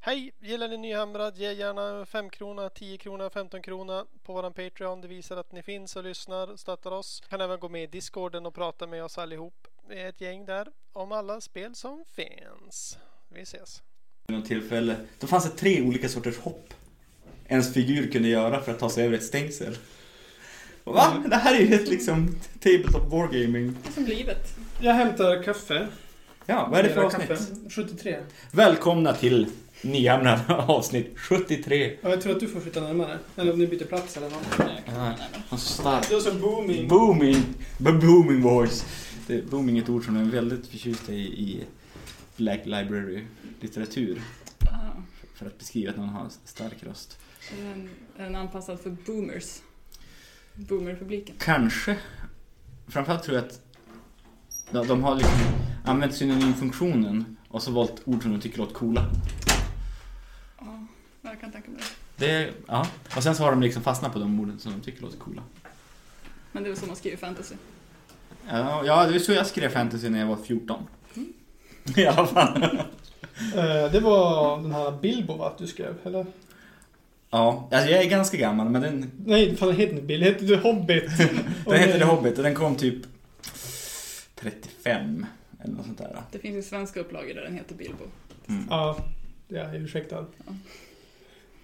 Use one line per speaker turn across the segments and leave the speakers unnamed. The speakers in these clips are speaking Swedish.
Hej! Gillar ni Nyhamrad? Ge gärna en 5 krona, 10 krona, 15 krona på våran Patreon. Det visar att ni finns och lyssnar och stöttar oss. Kan även gå med i Discorden och prata med oss allihop. Vi är ett gäng där om alla spel som finns. Vi ses!
vid något tillfälle. Då fanns det tre olika sorters hopp ens figur kunde göra för att ta sig över ett stängsel. Och Va?
Mm.
Det här är ju helt liksom tabletop wargaming.
Det är som livet.
Jag hämtar kaffe.
Ja, vad är det för
Mera
avsnitt?
kaffe. 73.
Välkomna till Nyhamnad avsnitt 73.
Ja, jag tror att du får flytta närmare. Eller om ni byter plats eller något.
Så stark.
Det är som booming.
Booming. B- Booming voice. Det är booming är ett ord som jag är väldigt förtjust i i Black Library-litteratur.
Ah,
För att beskriva att någon har stark röst.
är, den, är den anpassad för boomers? Boomerpubliken.
Kanske. Framförallt tror jag att de, de har liksom använt synonymfunktionen och så valt ord som de tycker låter coola.
Ja, jag kan tänka mig det.
Det, ja. Och sen så har de liksom fastnat på de orden som de tycker låter coola.
Men det är väl så man skriver fantasy.
Ja, ja, det är så jag skrev fantasy när jag var 14. I alla fall.
Eh, det var den här Bilbo va, du skrev? Eller?
Ja, alltså jag är ganska gammal men den,
Nej, fan den heter inte Bilbo. Den heter The Hobbit.
den heter The Hobbit och den kom typ 35 eller något sånt där.
Det finns ju svenska upplagor där den heter Bilbo.
Mm.
Ja, jag är ursäktad.
Ja.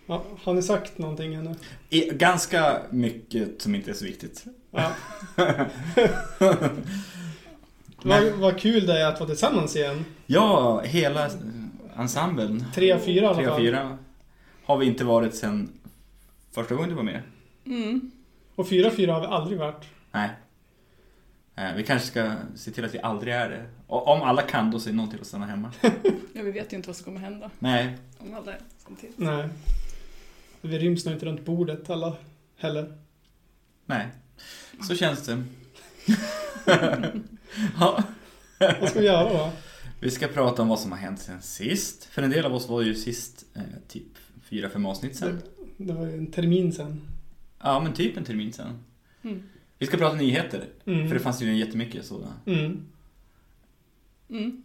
Ja, har ni sagt någonting ännu?
I- Ganska mycket som inte är så viktigt.
Ja. Vad, vad kul det är att vara tillsammans igen.
Ja, hela eh, ensemblen.
Tre, fyra i alla
Tre,
fall.
fyra har vi inte varit sen första gången du var med.
Mm.
Och fyra fyra har vi aldrig varit.
Nej. Eh, Vi kanske ska se till att vi aldrig är det. Och om alla kan då säger någon till att stanna hemma.
Ja, vi vet ju inte vad som kommer hända
Nej.
om alla samtidigt.
Nej. Vi ryms nog inte runt bordet alla heller.
Nej. Så känns det. ja.
Vad ska vi göra då?
Vi ska prata om vad som har hänt sen sist. För en del av oss var ju sist eh, typ fyra, fem avsnitt
Mm.
sen.
Det var ju en termin sen.
Ja, men typ en termin sen.
Mm.
Vi ska prata nyheter.
Mm.
För det fanns ju jättemycket sådana.
Mm.
Mm.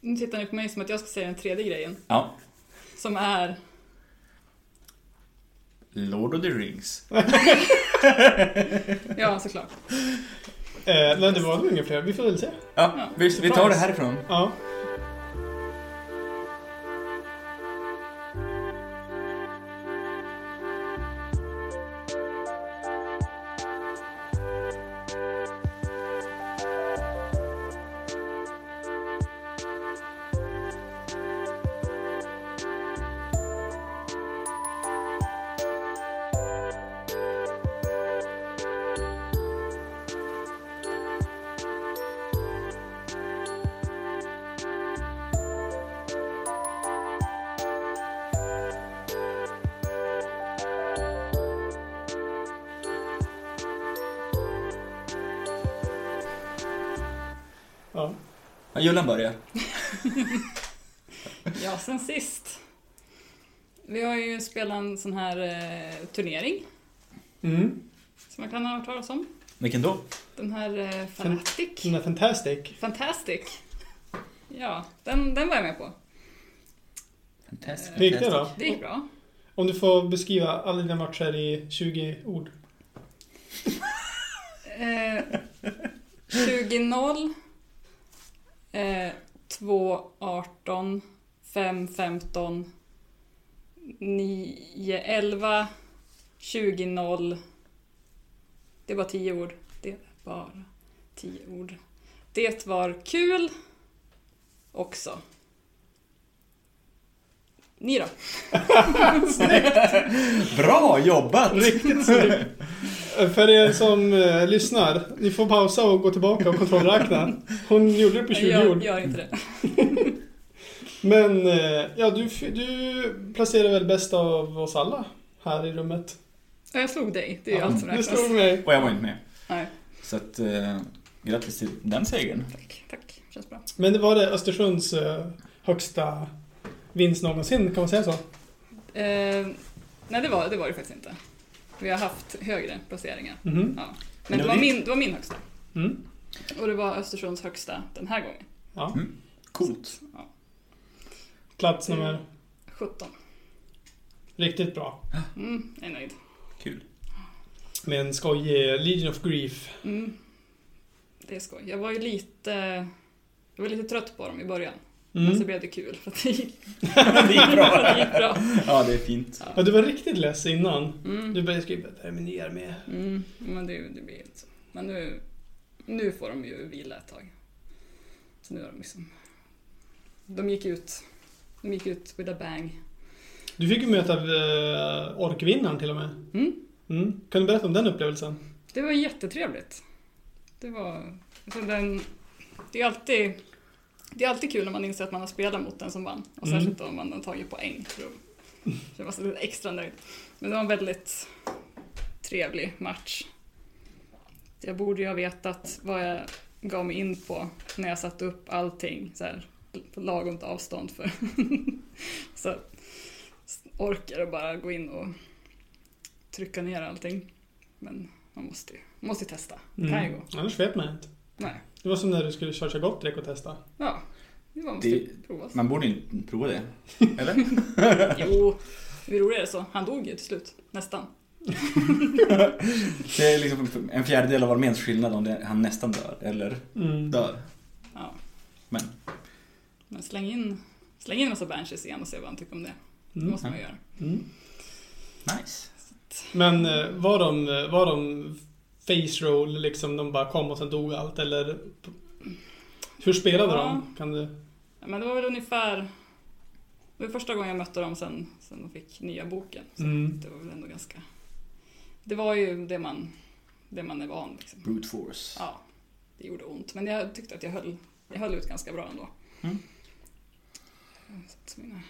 Nu tittar ni på mig som att jag ska säga den tredje grejen.
Ja.
Som är...
Lord of the Rings.
Ja, såklart.
Eh, nej, det var väl inga fler. Vi får väl se.
Ja, vi, vi tar det härifrån.
Ja. ja.
Ja, Jullan börjar.
Ja, sen sist. Vi har ju spelat en sån här eh, turnering
Mm.
som jag kan ha hört talas om.
Vilken då?
Den här eh, Fanatic.
Den är fantastic.
Fantastic. Ja, den, den var jag med på.
Fantastiskt.
Hur gick det då?
Det gick bra.
Om du får beskriva alla dina matcher i 20 ord.
Eh, 20-0. Eh, 2-18. 5-15. 9-11. 20-0. Det var 10 ord. Det var 10 ord. Det var kul också. Ni då?
Bra jobbat!
Riktigt snyggt. För er som eh, lyssnar, ni får pausa och gå tillbaka och kontrollräkna. Hon gjorde det på 20
jag
ord. Mm.
gör inte det.
Men eh, ja, du, f- du placerar väl bäst av oss alla här i rummet?
Ja, Jag slog dig, det är ju allt som
Du
räknas.
slog mig.
Och jag var inte med.
Nej,
Så att, eh, grattis till den segern.
tack, tack. Känns bra.
Men det var det Östersunds eh, högsta vinst någonsin, kan man säga så?
Eh, nej, det var, det var det faktiskt inte. Vi har haft högre placeringar.
Mhm.
Men
Ja. Men
det
det
var
var,
det-
min, det var min högsta.
Mm.
Och det var Östersunds högsta den här gången.
Ja.
Coolt.
Ja.
Plats nummer...
17.
Riktigt bra.
Mm, jag är nöjd.
Kul.
Med en skojig Legion of Grief.
Mm. Det är skoj. Jag var ju lite, jag var lite trött på dem i början. Men så
Mm.
blev Alltså, det kul för att det gick,
det gick
för att
bra.
det gick bra.
Ja, det är fint.
Ja, du var riktigt less innan.
Mm.
Du började skriva terminera med.
Mm. Men det, det blir inte så. Men nu, nu får de ju vila ett tag. Så nu har de liksom... De gick ut. De gick ut with a bang.
Du fick ju möta eh, orkvinnaren till och med.
Mm.
Mm. Kan du berätta om den upplevelsen?
Det var jättetrevligt. Det var... Alltså den, det är alltid... Det är alltid kul när man inser att man har spelat mot den som vann. Och
Mm.
särskilt om man har tagit poäng. för då Så jag var så lite extra nöjd. Men det var en väldigt trevlig match. Jag borde ju ha vetat vad jag gav mig in på när jag satte upp allting så här, på lagom avstånd för så orkar jag bara gå in och trycka ner allting. Men man måste ju, man måste ju testa. Det kan ju gå.
Mm. Annars vet man inte.
Nej.
Det var som när du skulle köra Chagotrek och testa.
Ja, det var måste
Det-
ju provas.
Man borde inte prova det. Eller?
Jo, hur roligt är det så? Han dog ju till slut, nästan.
Det är liksom en fjärdedel av arméns skillnad om det, han nästan dör. Eller
Mm.
dör.
Ja.
Men.
Men släng in, släng in en massa banshees igen och se vad han tycker om det. Det
Mm.
måste man ju göra.
Mm.
Nice.
Men eh, var de, var de face roll liksom, de bara kom och sen dog allt eller? Hur spelade
Ja.
de? Kan du?
Ja, men det var väl ungefär... Det var första gången jag mötte dem sen, sen de fick nya boken. Så
Mm.
det var väl ändå ganska... Det var ju det man, det man är van liksom.
Brute force.
Ja, det gjorde ont. Men jag tyckte att jag höll, jag höll ut ganska bra ändå.
Mm.
Så att mina,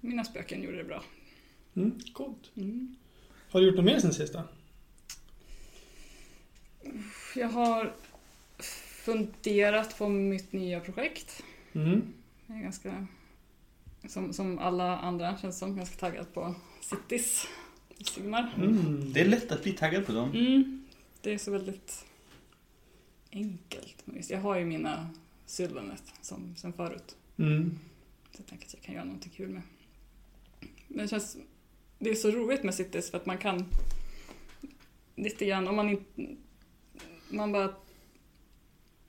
mina spöken gjorde det bra.
Mm, coolt.
Mm.
Har du gjort något mer sen sista?
Jag har funderat på mitt nya projekt.
Mm.
Jag är ganska, som, som alla andra känns som, ganska taggad på Cities. Sigmar.
Mm.
Det är lätt att bli taggad på dem.
Mm. Det är så väldigt enkelt. Men visst, Jag har ju mina Sylvanet som sen förut.
Mm.
Så jag tänker att jag kan göra någonting kul med. Men det känns... Det är så roligt med Cities för att man kan lite grann, om man inte... Man bara...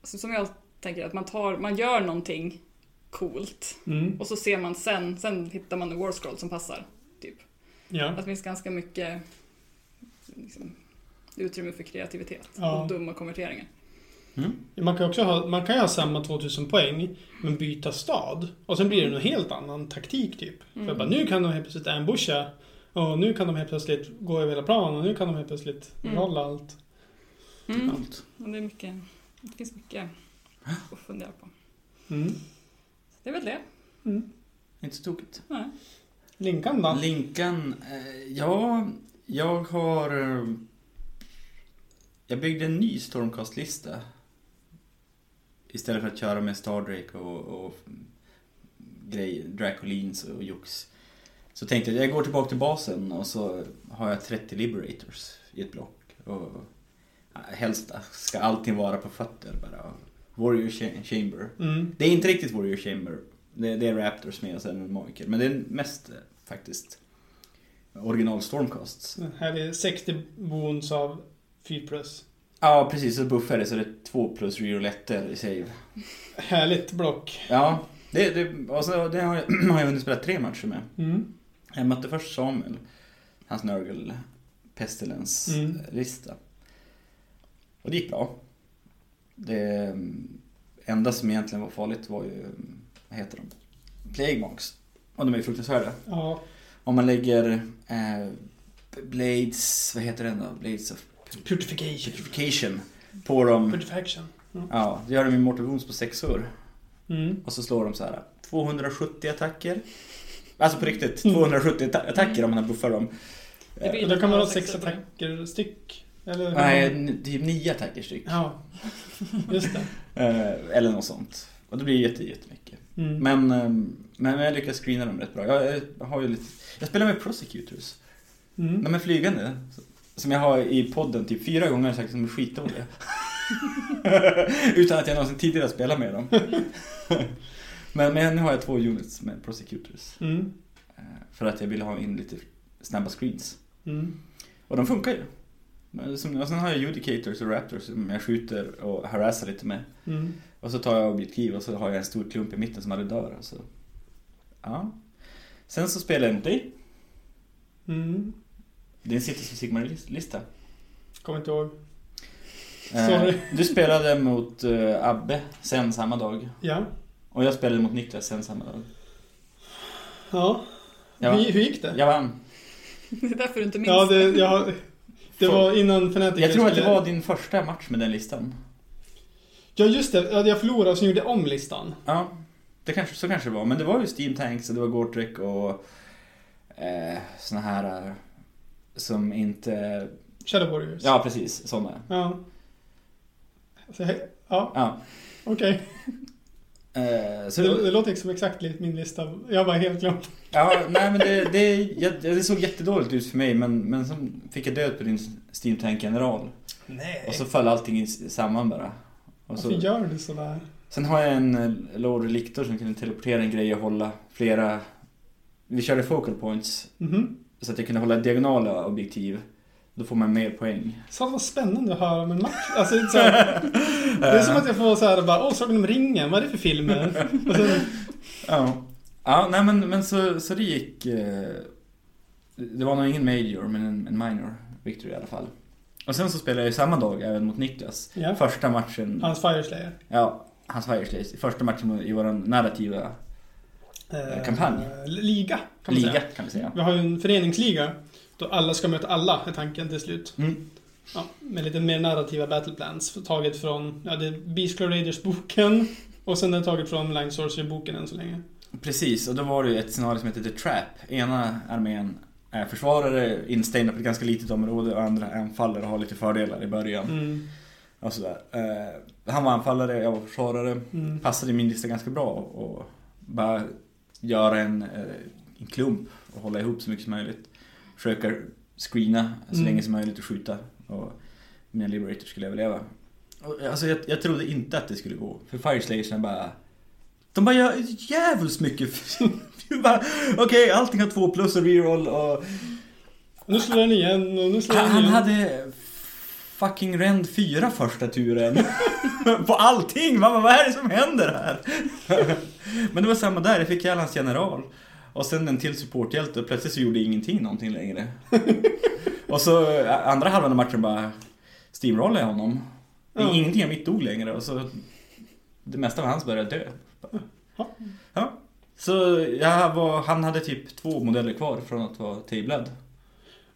Alltså, som jag tänker, att man, tar, man gör någonting coolt
Mm.
och så ser man sen, sen hittar man en war scroll som passar.
Ja.
Det finns ganska mycket liksom, utrymme för kreativitet
Ja.
och dumma konverteringar.
Mm.
Man kan, också ha, man kan ju ha samma 2000 poäng men byta stad och sen blir det någon helt annan taktik typ.
Mm.
För bara, nu kan de helt plötsligt ambusha och nu kan de helt plötsligt gå över hela planen och nu kan de helt plötsligt
Mm.
rolla allt.
Mm.
Allt.
Men det, är mycket, det finns mycket att fundera på.
Mm.
Så det är
Eh,
väl det.
Inte så tokigt.
Nej.
Linkan då?
Linkan. Eh, ja, jag har... eh, Jag byggde en ny stormcast-lista. Istället för att köra med Stardrake och, och grejer, Dracolins och jox. Så tänkte jag, jag går tillbaka till basen och så har jag 30 liberators i ett block. Och helst ska allting vara på fötter bara. Warrior cha- chamber.
Mm.
Det är inte riktigt Warrior Chamber. Det, det är Raptors med och sen en Magiker. Men det är mest eh, faktiskt original Stormcasts.
Den Här är 60 wounds av 4 plus.
Ja, precis. Så buffar det så det är två plus rerolletter i save.
Härligt block.
Ja, det, det, och så, det har, jag, har jag hunnit spela tre matcher med.
Mm.
Jag mötte först Samuel, hans Nurgle
Mm.
Pestilence-lista. Och det gick bra. Det eh, enda som egentligen var farligt var ju, eh, vad heter de? Plague Monks. Och de är ju fruktansvärda.
Ja.
Om man lägger eh, Blades, vad heter den då? Blades of
Purification.
Purification på dem.
Purification.
Ja, det gör de i Mortal Wounds på sexor.
Mm.
Och så slår de så här 270 attacker. Alltså på riktigt,
Mm.
270 atta- attacker om man buffar dem.
Det blir-
Och då kan man ha
Ja,
sex
sex
attacker styck. Eller?
Nej, n- typ nio attacker styck.
Ja. Just det.
Eh, eller något sånt. Och det blir ju jätte, jättemycket.
Mm.
Men, eh, men jag lyckas screena dem rätt bra. Jag, jag, har ju lite, jag spelar med Prosecutors.
Mm.
De är flygande. Som jag har i podden typ fyra gånger sagt att de är skitdåliga. Utan att jag någonsin tidigare har spelat med dem. Men, men nu har jag två units med prosecutors.
Mm.
eh, För att jag ville ha in lite snabba screens.
Mm.
Och de funkar ju. Men som- Och sen har jag judicators och raptors som jag skjuter och harassar lite med.
Mm.
Och så tar jag objektiv och så har jag en stor klump i mitten som hade dör. Så. Ja. Sen så spelar jag mot dig.
Mm.
Din Cities of Sigmar-lista.
Kommer inte ihåg.
Eh,
Sorry.
Du spelade mot eh, Abbe sen samma dag.
Ja.
Och jag spelade mot Niklas sen samma dag.
Ja.
Jag,
Hur, hur gick det?
jag vann.
Det är därför du inte minns.
Ja, det, jag, det var innan Fnatic.
Jag tror att det
skulle-
var din första match med den listan.
Ja, just det. Ja, Jag förlorade och så gjorde jag om listan.
Ja, det kanske, så kanske det var. Men det var ju Steam Tanks och det var Gortrek och eh, såna här eh, som inte...
Shadow Warriors.
Ja, precis. Såna.
Ja. Så, he- ja,
Ja.
okej.
Eh, så,
Det, det låter inte som exakt li- min lista. Jag var helt glömt.
ja, nej men det, det, jag- det såg jättedåligt ut för mig men, men sen fick jag död på din Steam Tank General.
Nej.
Och så föll allting i- samman bara. Och så,
Varför gör du sådär?
Sen har jag en eh, Lord Relictor som kunde teleportera en grej och hålla flera... Vi körde focal points
Mhm.
så att jag kunde hålla diagonala objektiv. Då får man mer poäng.
Så vad spännande att höra om en match. Alltså, det, är så här, det är som att jag får så här bara, åh, Sagan om ringen, vad är det för filmer? Och så,
Ja. Ja, nej men, men så, så det gick... eh, Det var nog ingen major, men en, en minor victory i alla fall. Och sen så spelade jag ju samma dag även mot Niklas.
ja.
Första matchen...
Hans Fireslayer.
Ja, hans Fireslays. Första matchen i vår narrativa
Eh,
Kampanj.
Liga, kan man
liga,
säga.
kan vi säga.
Vi har ju en föreningsliga. Då alla ska möta alla, är tanken till slut.
Mm.
Ja, med lite mer narrativa battleplans. Taget från, ja det är Beast Claw Raiders-boken. Och sen är det taget från Line Sorcery-boken än så länge.
Precis, och då var det ju ett scenario som hette The Trap. Ena armén är försvarare instängda på ett ganska litet område och andra är anfallare och har lite fördelar i början.
Mm.
Och sådär. Eh, han var anfallare, jag var försvarare.
Mm.
Passade min lista ganska bra och bara göra en, eh, en klump och hålla ihop så mycket som möjligt. Försöka screena så
Mm.
länge som möjligt och skjuta. Och mina liberators skulle överleva. Och, alltså jag, jag trodde inte att det skulle gå. För Fireslayersna bara... De bara gör jävligt mycket. Jag bara, Okej, allting har två plus och reroll och
Och nu slår den igen och nu slår den
han
igen.
hade fucking Rend 4 första turen. på allting! Mamma, vad är det som händer här? Men det var samma där, jag fick ihjäl hans general. Och sen en till supporthjälte och plötsligt så gjorde ingenting någonting längre. och så ä, andra halvan av matchen bara steamrollade jag honom.
Ja.
Ingenting av mitt dog längre och så det mesta av hans började dö.
Ja.
Ja. Så jag var, han hade typ två modeller kvar från att vara tablad.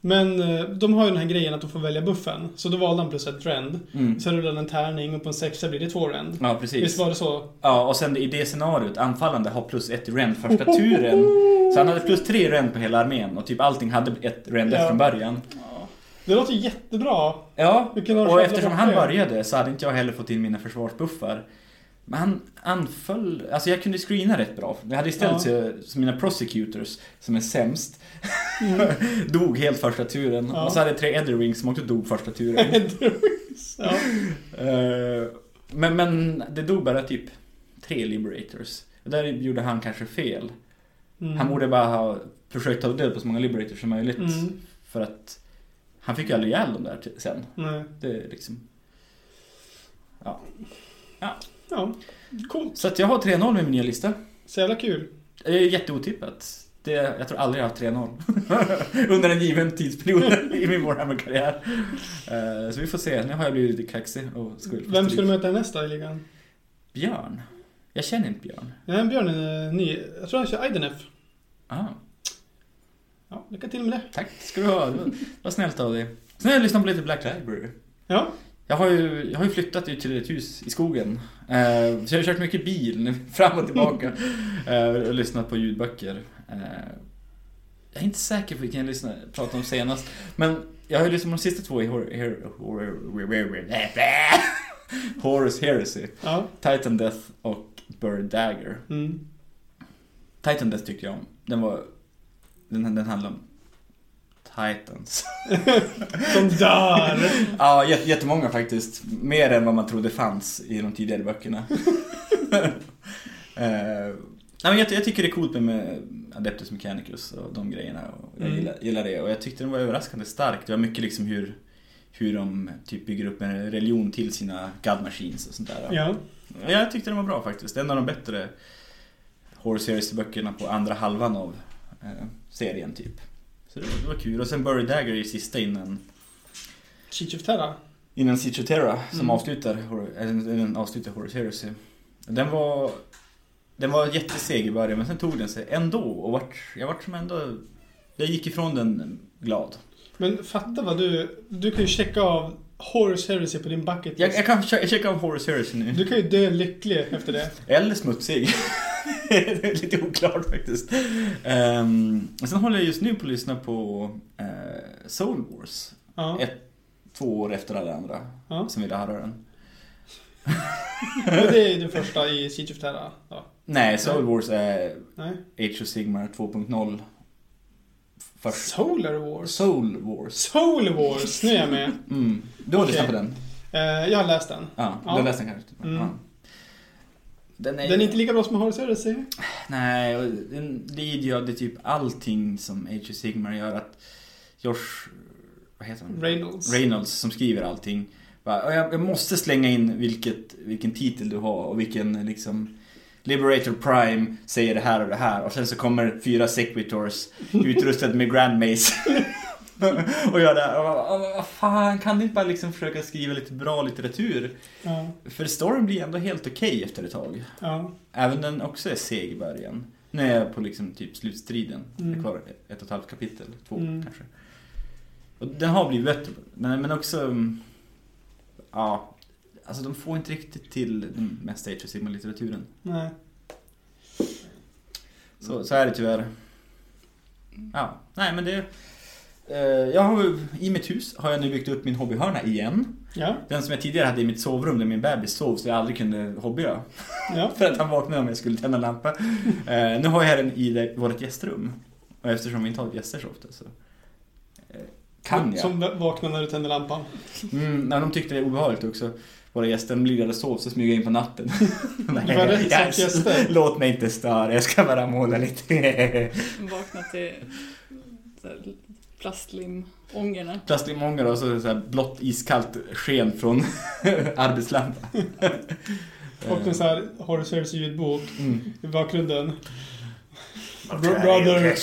Men eh, de har ju den här grejen att de får välja buffen. Så då valde han plus ett rend.
Mm.
Så rullade han en tärning och på en sexa blir det två rend.
Ja, precis.
Visst var det så?
Ja, och sen i det scenariot, anfallande har plus ett rend första turen. Så han hade plus tre rend på hela armén och typ allting hade ett rend
Ja.
från början.
Det låter ju jättebra.
Ja,
Vilken
och
jävla
eftersom
bra
han
spel.
började så hade inte jag heller fått in mina försvarsbuffar. Men han anföll, alltså jag kunde screena rätt bra. Jag hade istället så, så mina prosecutors, som är sämst, dog helt första turen.
Mm. Ja.
Och så hade jag tre Edderwings som också dog första turen.
ja.
Eh, men, men det dog bara typ tre liberators. Och där gjorde han kanske fel.
Mm.
Han borde bara ha försökt ta död på så många liberators som möjligt.
Mm.
För att han fick ju aldrig ihjäl dem där till- sen.
Nej.
Det är liksom...
Ja. Coolt.
Så att jag har 3-0 med min nya lista.
Så jävla kul.
Det är jätteotippat. Det, jag tror aldrig jag har haft 3-0 under en given tidsperiod i min Warhammer-karriär. Eh, så vi får se. Nu har jag blivit lite kaxig och skulle få
Vem
stryk.
ska du möta nästa i ligan?
Björn. Jag känner inte Björn.
Nej, Björn är ny. Jag tror han kör Idenef.
Ah.
Ja, lycka till med det.
Tack ska du ha, det var- det var snällt av dig. Sen har jag lyssnat på lite Black Library.
Ja.
Jag har ju, jag har ju flyttat ut till ett hus i skogen. Eh, så jag har kört mycket bil nu, fram och tillbaka eh, och lyssnat på ljudböcker. Eh, jag är inte säker på vilken jag lyssnade, pratade om senast. Men jag har ju lyssnat på de sista två i Hor- Her- Hor- Horus Heresy.
Ja.
Titan Death och Bird Dagger.
Mm.
Titan Death tyckte jag om. Den var... Den, den handlar om Titans.
Som dör.
Ja, jät- jättemånga faktiskt. Mer än vad man trodde fanns i de tidigare böckerna. Eh, nej, men jag, jag tycker det är coolt med, med Adeptus Mechanicus och de grejerna. Och jag
Mm.
gillar, gillar det och jag tyckte den var överraskande stark. Det var mycket liksom hur, hur de typ bygger upp en religion till sina God Machines och sånt där.
Ja.
Ja, Jag tyckte den var bra faktiskt. Det är En av de bättre Horror Series-böckerna på andra halvan av eh, serien typ. Så det var, det var kul. Och sen Buried Dagger i sista innan,
Cheech of Terra.
innan Siege of Terra som
Mm.
avslutar, horror, eller, den avslutar Horror Series. Den var, den var jätteseg i början men sen tog den sig ändå och vart, jag vart som ändå, jag gick ifrån den glad.
Men fatta vad du... Du kan ju checka av Horse Heresy på din bucket
Jag,
list.
jag kan che- checka av Horror Series nu.
Du kan ju dö lycklig efter det.
Eller smutsig. det är lite oklart faktiskt. Um, sen håller jag just nu på att lyssna på eh, Soul Wars.
Ja.
Ett- Två år efter alla andra
Ja.
som ville höra den.
Men det är den första i Siege of Terra. Ja.
Nej, Soul Wars är
Nej.
Age of Sigmar 2.0. Först.
Solar Wars.
Soul Wars.
Soul Wars, nu är jag med.
Mm. Du har
Okej.
lyssnat på den?
Eh, jag har läst den.
Ja, du
Ja.
har läst den kanske?
Mm.
Ja. Den är,
Den är inte lika bra som Horse Heresy.
Nej, och den lider ju av det typ allting som Age of Sigmar gör att Josh... Vad heter han?
Reynolds.
Reynolds som skriver allting. Bara, "Ja, Jag jag måste slänga in vilket, vilken titel du har och vilken liksom Liberator Prime säger det här och det här och sen så kommer fyra Sequitors utrustade med Grand Maze. och gör det här. Och jag bara, "Åh, men Vad fan, kan ni inte bara liksom försöka skriva lite bra litteratur?
Ja.
För storyn blir ändå helt okej efter ett tag.
Ja.
Även den också är seg i början. Nu är jag på liksom typ slutstriden. Det
Mm.
är kvar ett och ett halvt kapitel, två
Mm.
kanske. Och den har blivit bättre, men, men också... mm, Ja, alltså de får inte riktigt till den mesta Age of Sigmar-litteraturen.
Nej. Mm.
Så, så är det tyvärr. Ja, nej men det... eh, Jag har, ju- I mitt hus har jag nu byggt upp min hobbyhörna igen.
Ja.
Den som jag tidigare hade i mitt sovrum där min bebis sov så jag aldrig kunde hobbya.
Ja.
För att han vaknade om jag skulle tända lampa. Eh, nu har jag den i det, vårt gästrum. Och eftersom vi inte har gäster så ofta så eh, kan jag.
Som vaknar när du tänder lampan.
Mm, nej, de tyckte det var obehagligt också. Våra gäster de ligger där och sov så smyger jag in på natten.
Du var rätt
jag-
sak gäster.
Låt mig inte störa, jag ska bara måla lite.
Vakna till så här plastlimångorna.
Plastlimångar och så, så här blått iskallt sken från arbetslampa.
Och en sån här Horse Heresy ljudbok
Mm.
i bakgrunden. Bro- Brother.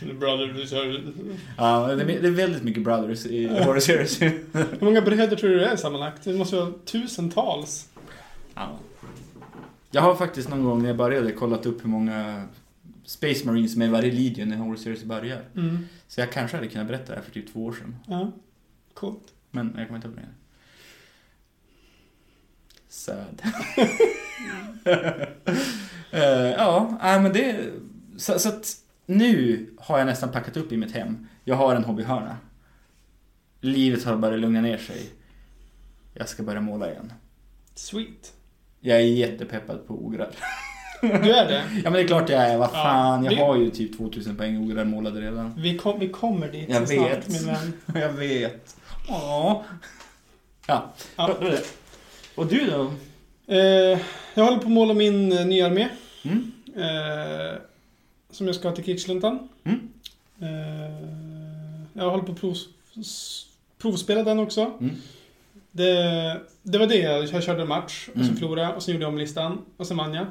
Brother. så här-
Ja, det är, det är väldigt mycket brothers i Horror Series.
Hur många bröder tror du det är sammanlagt? Det måste vara tusentals.
Ja. Jag har faktiskt någon gång när jag började kollat upp hur många Space Marines med varje Legion när Horror Series börjar.
Mm.
Så jag kanske hade kunnat berätta det här för typ två år sedan.
Ja. Coolt.
Men jag kommer inte ihåg det. Sad. Eh, ja, nej, men det... Så, så att nu har jag nästan packat upp i mitt hem. Jag har en hobbyhörna. Livet har börjat lugna ner sig. Jag ska börja måla igen.
Sweet.
Jag är jättepeppad på ogräs.
Du är det?
Ja men det är klart jag är, vad
Ja,
fan.
det-
Jag har ju typ 2000 poäng ogräs målade redan.
Vi, kom, vi kommer dit
Jag
så
vet.
snart min vän.
Jag vet. Ja. Ja,
Ja.
det var det. Och du då?
Eh, jag håller på att måla min eh, nya armé.
Mm?
Eh, som jag ska ha till krigsluntan.
Mm.
Eh, jag håller på att provs, s- provspela den också.
Mm.
Det, det var det. Jag körde en match och så
Mm.
förlorade jag och sen gjorde jag om listan och sen vann jag.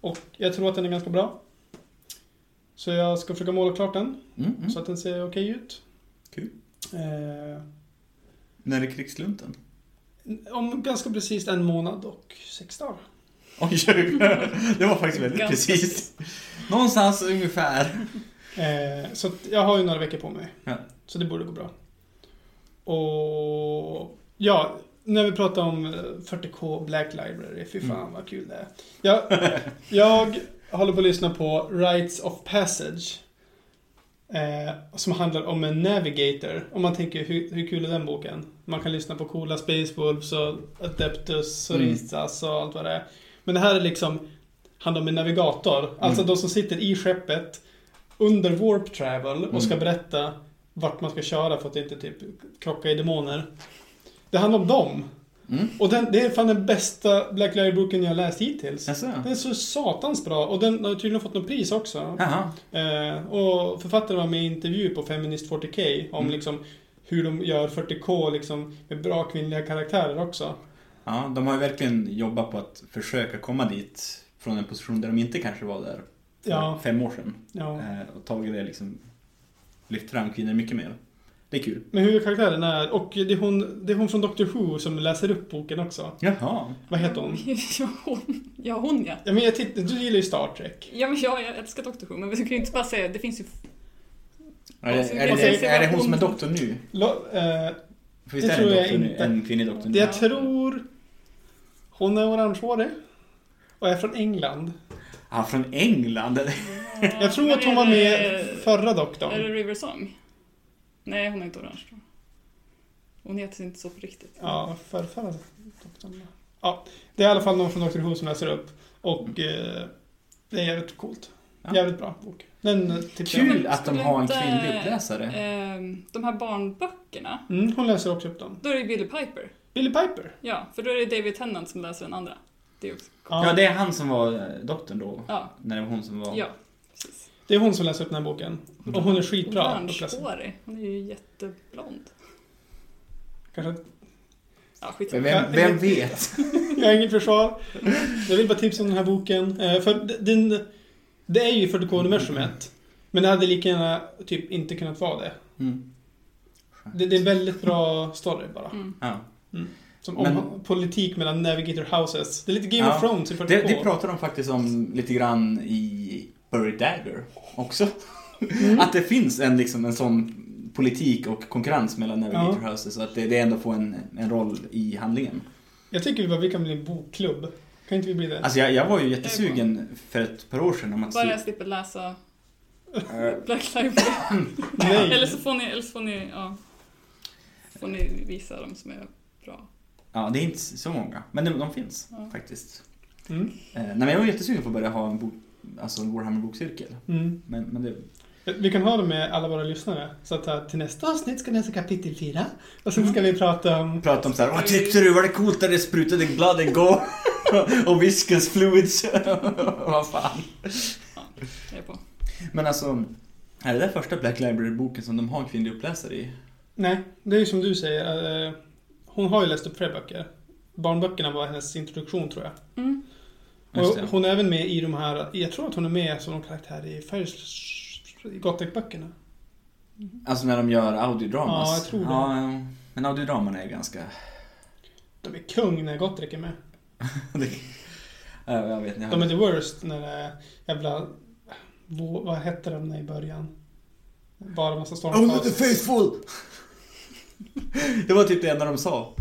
Och jag tror att den är ganska bra. Så jag ska försöka måla klart den
Mm, mm.
så att den ser okej ut.
Kul.
Eh,
När är krigslunten?
om ganska precis en månad och sex dagar.
Oj, det var faktiskt väldigt
Ganska
precis. Någonstans ungefär.
Eh, så att jag har ju några veckor på mig.
Ja.
Så det borde gå bra. Och ja, när vi pratar om eh, 40K Black Library, fy fan
Mm.
vad kul det är. Jag, jag håller på att lyssna på Rites of Passage. Eh, som handlar om en navigator. Om man tänker hur, hur kul är den boken? Man kan lyssna på coola Space Wolves och Adeptus och
Mm.
Risas och allt vad det är. Men det här är liksom handlar om en navigator. Alltså
Mm.
de som sitter i skeppet under warp travel och ska
Mm.
berätta vart man ska köra för att inte typ krocka i demoner. Det handlar om dem.
Mm.
Och den, det är fan den bästa Black Library-boken jag läst hittills.
Jaså?
Den är så satans bra och den har tydligen fått något pris också.
Jaha.
Eh, och författaren var med i en intervju på Feminist 40K om
Mm.
liksom hur de gör 40K liksom med bra kvinnliga karaktärer också.
Ja, de har ju verkligen jobbat på att försöka komma dit från en position där de inte kanske var där för
Ja.
fem år sedan.
Ja.
Eh, Och tagit det liksom, lyft fram kvinnor mycket mer. Det är kul.
Men huvudkaraktären är, och det är hon, det är hon från Doctor Who som läser upp boken också.
Jaha.
Vad heter hon?
ja, hon ja. Hon, ja.
Ja men jag tittar, du gillar ju Star Trek.
Ja, men jag, jag älskar Dr. Who, men vi kan ju inte bara säga det finns ju...
Är det,
Alltså,
är
okej,
det,
så
är det
var
hon som är
hon-
doktor nu?
Lo, eh,
Finns
Det
det,
tror
en,
jag
doktor nu?
inte.
en kvinnlig doktor nu?
det jag tror... Hon är orangehårig. Och är från England.
Ah, från England? eller?
Jag tror att hon var med förra doktorn.
Är det River Song? Nej, hon är inte orange. tror jag. Hon heter inte så på riktigt.
Ja, förrförra doktorn. Ja, det är i alla fall någon från Dr. Who som läser upp. Och eh, det är jävligt coolt.
Ja.
Jävligt bra bok. Den eh, tipsar jag om.
Kul att de
skulle
har en
inte-
kvinnlig uppläsare.
Ehm, de här barnböckerna,
Mm, hon läser också upp dem.
då är det Billy Piper.
Billy Piper.
Ja, för då är det David Tennant som läser den andra. Det är också...
Ja,
Ja,
det...
det är han som var eh, doktorn då.
Ja,
När det var hon som var...
ja. Precis.
är hon som läser upp den här boken. Och hon är skitbra. på att läsa.
Orangehårig. Hon är ju jätteblond.
Kanske...
Ja, skit
Men Vem, vem vet?
Jag har inget försvar. Jag vill bara tipsa om den här boken. Eh, för d- den... Det är ju 40K nummersumet. Men det hade lika gärna typ inte kunnat vara det.
Mm.
Det, det är en väldigt bra story bara.
Mm.
Ja.
Som om
Men-
politik mellan Navigator Houses. Det är lite Game
Ja,
of Thrones i 40K.
Det, det pratar de faktiskt om lite grann i Buried Dagger också.
Mm.
Att det finns en, liksom, en sån politik och konkurrens mellan Navigator Houses. Så att det, det ändå får en, en roll i handlingen.
Jag tycker vi bara vi kan bli en bokklubb. Kan inte vi bli det?
Alltså jag, jag var ju jättesugen för ett par år sedan om att
Bara
se...
jag slipper läsa
Eh,
Black Lives
Nej.
Eller så får ni, eller så får ni, ja, får ni visa dem som är bra.
Ja, det är inte så många. Men de, de finns
Ja.
faktiskt.
Mm.
Eh, nej, men jag var jättesugen på att börja ha en, bok, alltså en Warhammer-bokcirkel.
Mm.
Men, men det...
Vi kan ha det med alla våra lyssnare. Så att eh, till nästa avsnitt ska ni läsa kapitel 4. Och sen ska vi prata om...
Prata om så här, vad tyckte du? Var det coolt där det sprutade blood and gore? och viscous fluids? vad fan?
Jag är på.
Men alltså, är det där första Black Library-boken som de har en kvinnlig uppläsare i?
Nej, det är ju som du säger. eh, Hon har ju läst upp flera böcker. Barnböckerna var hennes introduktion tror jag.
Mm.
Just
Och
det.
hon är även med i de här... Jag tror att hon är med som någon karaktär i Fires... i Gothic-böckerna.
Alltså när de gör audiodramas?
Ja, jag tror det.
Ja, men audiodramerna är ganska...
De är kung när Gothic är med.
Ja, jag vet inte.
De är the worst när det är jävla... Vad vad hette de i början? Bara massa
Only Oh, the
stormcast.
faithful! det var typ det enda de sa.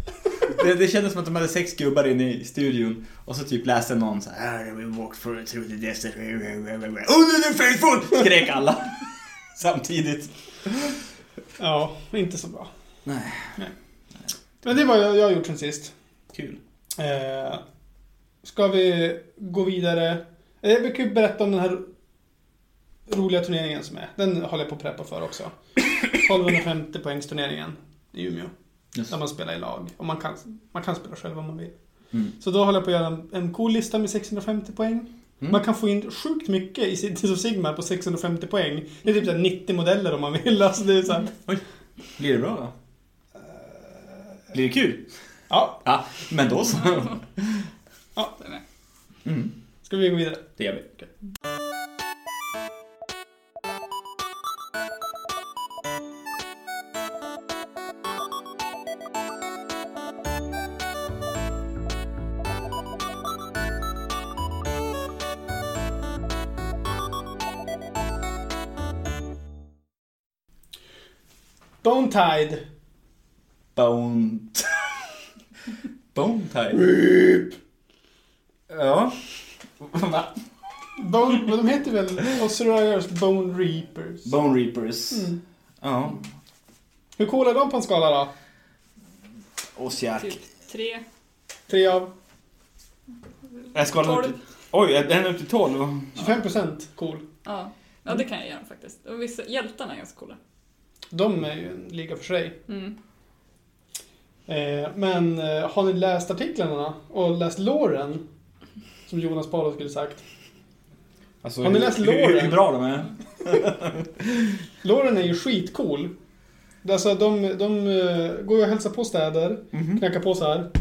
Det, det kändes som att de hade sex gubbar inne i studion och så typ läste någon så här. "Ah, We walked through, through the desert. Only the faithful! Skrek alla. Samtidigt.
Ja, inte så bra.
Nej.
Men det var jag, jag har gjort sen sist.
Kul.
Eh, ska vi gå vidare? Eh, vi kan ju berätta om den här roliga turneringen som är. Den håller jag på att preppa för också. 1250 poängsturneringen i Umeå.
Just.
Där man spelar i lag. Och man kan, man kan spela själv om man vill.
Mm.
Så då håller jag på att göra en, en cool lista med 650 poäng.
Mm.
Man kan få in sjukt mycket i Cities of Sigmar på 650 poäng. Det är typ så här 90 modeller om man vill. Alltså det är så här,
Blir det bra då? Blir det kul?
ja,
Ja, men då så.
Det är med.
Mm.
ska vi gå vidare?
Det gör vi.
Don't tide.
Bone... Bone type. Ja. Va?
Bone, men de heter väl Osirius Bone Reapers?
Bone Reapers.
Mm.
Ja.
Hur coola är de på en skala då?
Osiak.
Typ tre.
Tre av
Jag skalar upp
Tolv.
till... Oj, den är upp till 12.
25% cool.
Ja. ja, det kan jag göra faktiskt. Och vissa, hjältarna är ganska coola.
De är ju en liga för sig.
Mm.
Eh, men eh, har ni läst artiklarna och läst låren? Som Jonas Palo skulle sagt.
Alltså,
Har ni läst
hur,
Lauren?
hur, hur bra de är?
Låren är ju skitcool. Alltså de, de eh, går ju och hälsar på städer,
Mhm.
knackar på så här.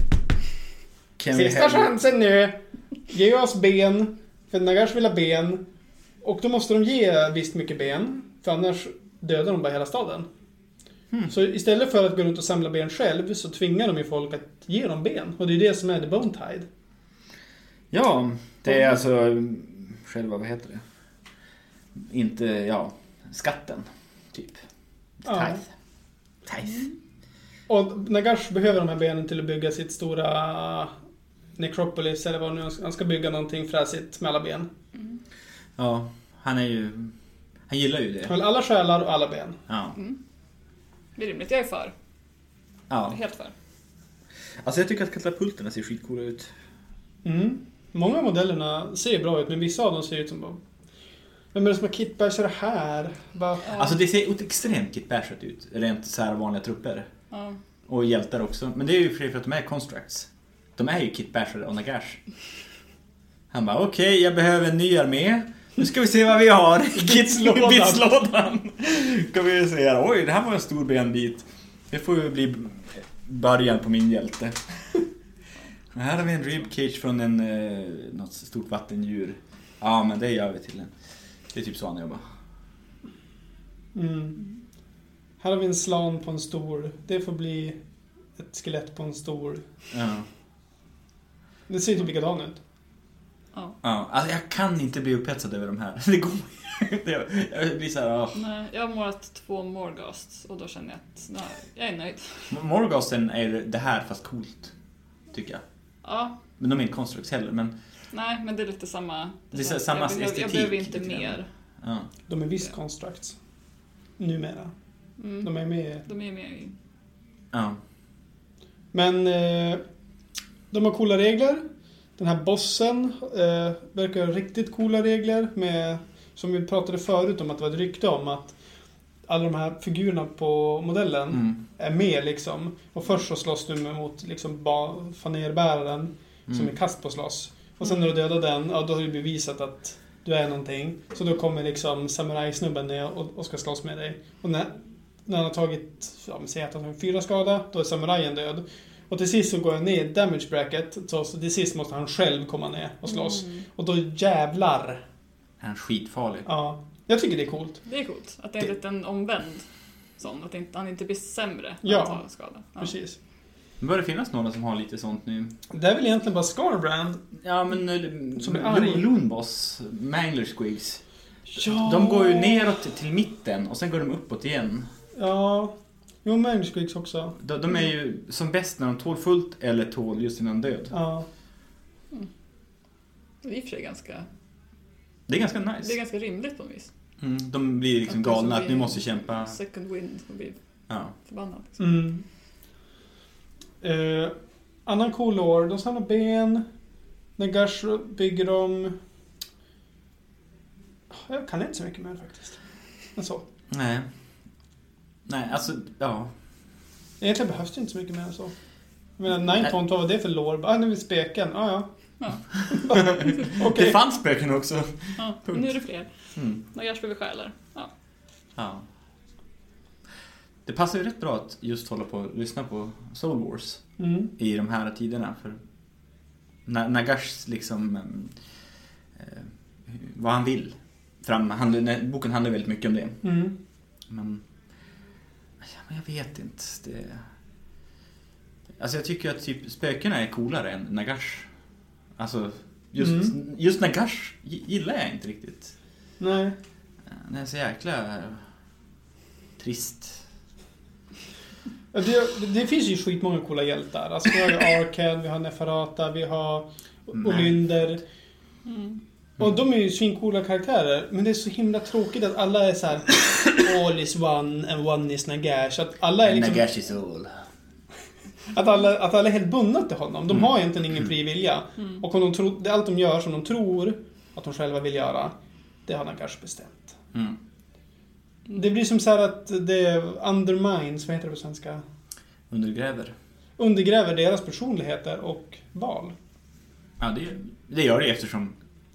Can we
Sista
have-
chansen nu! Ge oss ben, för Nagash vill ha ben. Och då måste de ge visst mycket ben, för annars dödar de bara hela staden. Så istället för att gå runt och samla ben själv så tvingar de ju folk att ge dem ben. Och det är det som är the bone tide.
Ja, det är alltså mm, själva, vad heter det? Inte, ja, skatten. Typ.
Ja. Mm.
Tithe. Tithe.
Och Nagash behöver de här benen till att bygga sitt stora eh, necropolis eller vad nu han ska- han ska bygga någonting fräsigt med alla ben.
Ja, han är ju... Han gillar ju
Han Mm.
det.
vill alla själar och alla ben.
Ja.
Det är rimligt, jag är för.
ja.
Helt för.
Alltså jag tycker att katapulterna ser skitcoola ut.
Mm. Många av modellerna ser ju bra ut, men vissa av dem ser ut som bara... Vem är det som har kitbashar det här? Bara...
Alltså det ser ut- extremt kitbashat ut. Rent så här vanliga trupper.
Ja.
Och hjältar också. Men det är ju för för att de är constructs. De är ju kitbashade och Nagash. Han bara okej, jag behöver en ny armé. Nu ska vi se vad vi har i
Bitslådan.
kits- bitslådan. Kan vi säga oj det här var en stor benbit. Det får ju bli början på min hjälte. Och här har vi en ribcage från en, eh, något stort vattendjur. Ja men det gör vi till en. Det är typ så han jobbar.
Mm. Här har vi en slan på en stor. Det får bli ett skelett på en stor.
Ja.
Det ser ju typ likadan ut.
ja.
Ja, alltså jag kan inte bli upphetsad över de här. Det går det- Jag blir "Ah." såhär, ja.
Nej, jag har målat två Morgasts och då känner jag att nej, jag är nöjd.
Morgasten är det här fast coolt. Tycker jag.
Ja,
Men de är inte constructs heller, men
nej, men det är lite samma.
Det är så- samma
jag, behöver, jag
estetik
behöver inte
lite grann.
mer.
ja.
De är visst constructs. Numera.
Mm.
De är med.
De är med i...
ja.
Men eh, de har coola regler. Den här bossen eh, verkar ha riktigt coola regler med, som vi pratade förut om att det var ett rykte om att alla de här figurerna på modellen
Mm.
är med liksom. Och först så slåss du mot liksom ba- fanerbäraren som är
Mm.
kast på slåss. Och sen när du dödar den, ja då har du bevisat att du är någonting. Så då kommer liksom samurajsnubben ner och, och ska slåss med dig. Och när, när han har tagit, ja men säg att han har fyra skada, då är samurajen död. Och till sist så går han ner i damage bracket, så, så till sist måste han själv komma ner och slåss.
Mm.
Och då jävlar!
Han är skitfarlig.
Ja. Jag tycker det är coolt.
Det är coolt, att det är en
Det-
liten omvänd sån. Att inte, han inte blir sämre när
Ja.
han tar skada. Ja.
Precis.
Det börjar finnas några som har lite sånt nu.
Det är väl egentligen bara Scarbrand.
Ja men...
eh,
Som är arg.
Loonboss, Mangler Squigs.
Ja.
De går ju neråt till mitten och sen går de uppåt igen.
Ja. Jo, Manusquicks också.
De, de är ju som bäst när de tål fullt eller tål just innan död.
Ja.
Det är i och för sig ganska,
Det är ganska nice.
det är ganska rimligt på något vis.
Mm, de blir liksom
Att det som
galna att
blir
nu måste vi kämpa.
Second wind och blir
Ja.
förbannad. Liksom.
Mm. Eh, annan cool lore, de samlar ben. Nagash bygger dem. Jag kan inte så mycket mer faktiskt. Men så.
Nej. Nej, alltså ja.
Egentligen behövs det inte så mycket mer än så. Men Ninepont, vad var det för lore? Ah, nu är speken. Ah, ja,
Ja.
Okej.
Det fanns spöken också.
Ja,
Punkt.
nu är det fler.
Mm.
Nagash blir själar. Ja.
Ja. Det passar ju rätt bra att just hålla på och lyssna på Soul Wars
Mm.
i de här tiderna. För Na- Nagashs liksom... em, Eh, vad han vill. Fram, handlar- nej, boken handlar väldigt mycket om det.
Mm.
Men, ja, men jag vet inte. Det... Alltså jag tycker att typ spökena är coolare än Nagash. Alltså just, just Nagash gi- gillar jag inte riktigt. Eh,
Nej.
Den är så jäkla eh, trist.
Ja, Det, det finns ju skitmånga coola hjältar. Alltså, vi har ju Arken, vi har Neferata, vi har Olynder.
Mm.
Och de är ju svincoola karaktärer, men det är så himla tråkigt att alla är så här All is one and one is Nagash. Att alla är liksom,
Nagash is all.
att alla, att alla är helt bundna till honom. De har egentligen ingen fri vilja.
Mm.
Och om de tror, det är allt de gör som de tror att de själva vill göra, det har Nagash bestämt.
Mm.
Det blir som så här att det undermines, vad heter det på svenska?
Undergräver.
undergräver deras personligheter och val.
Ja, det, det gör det eftersom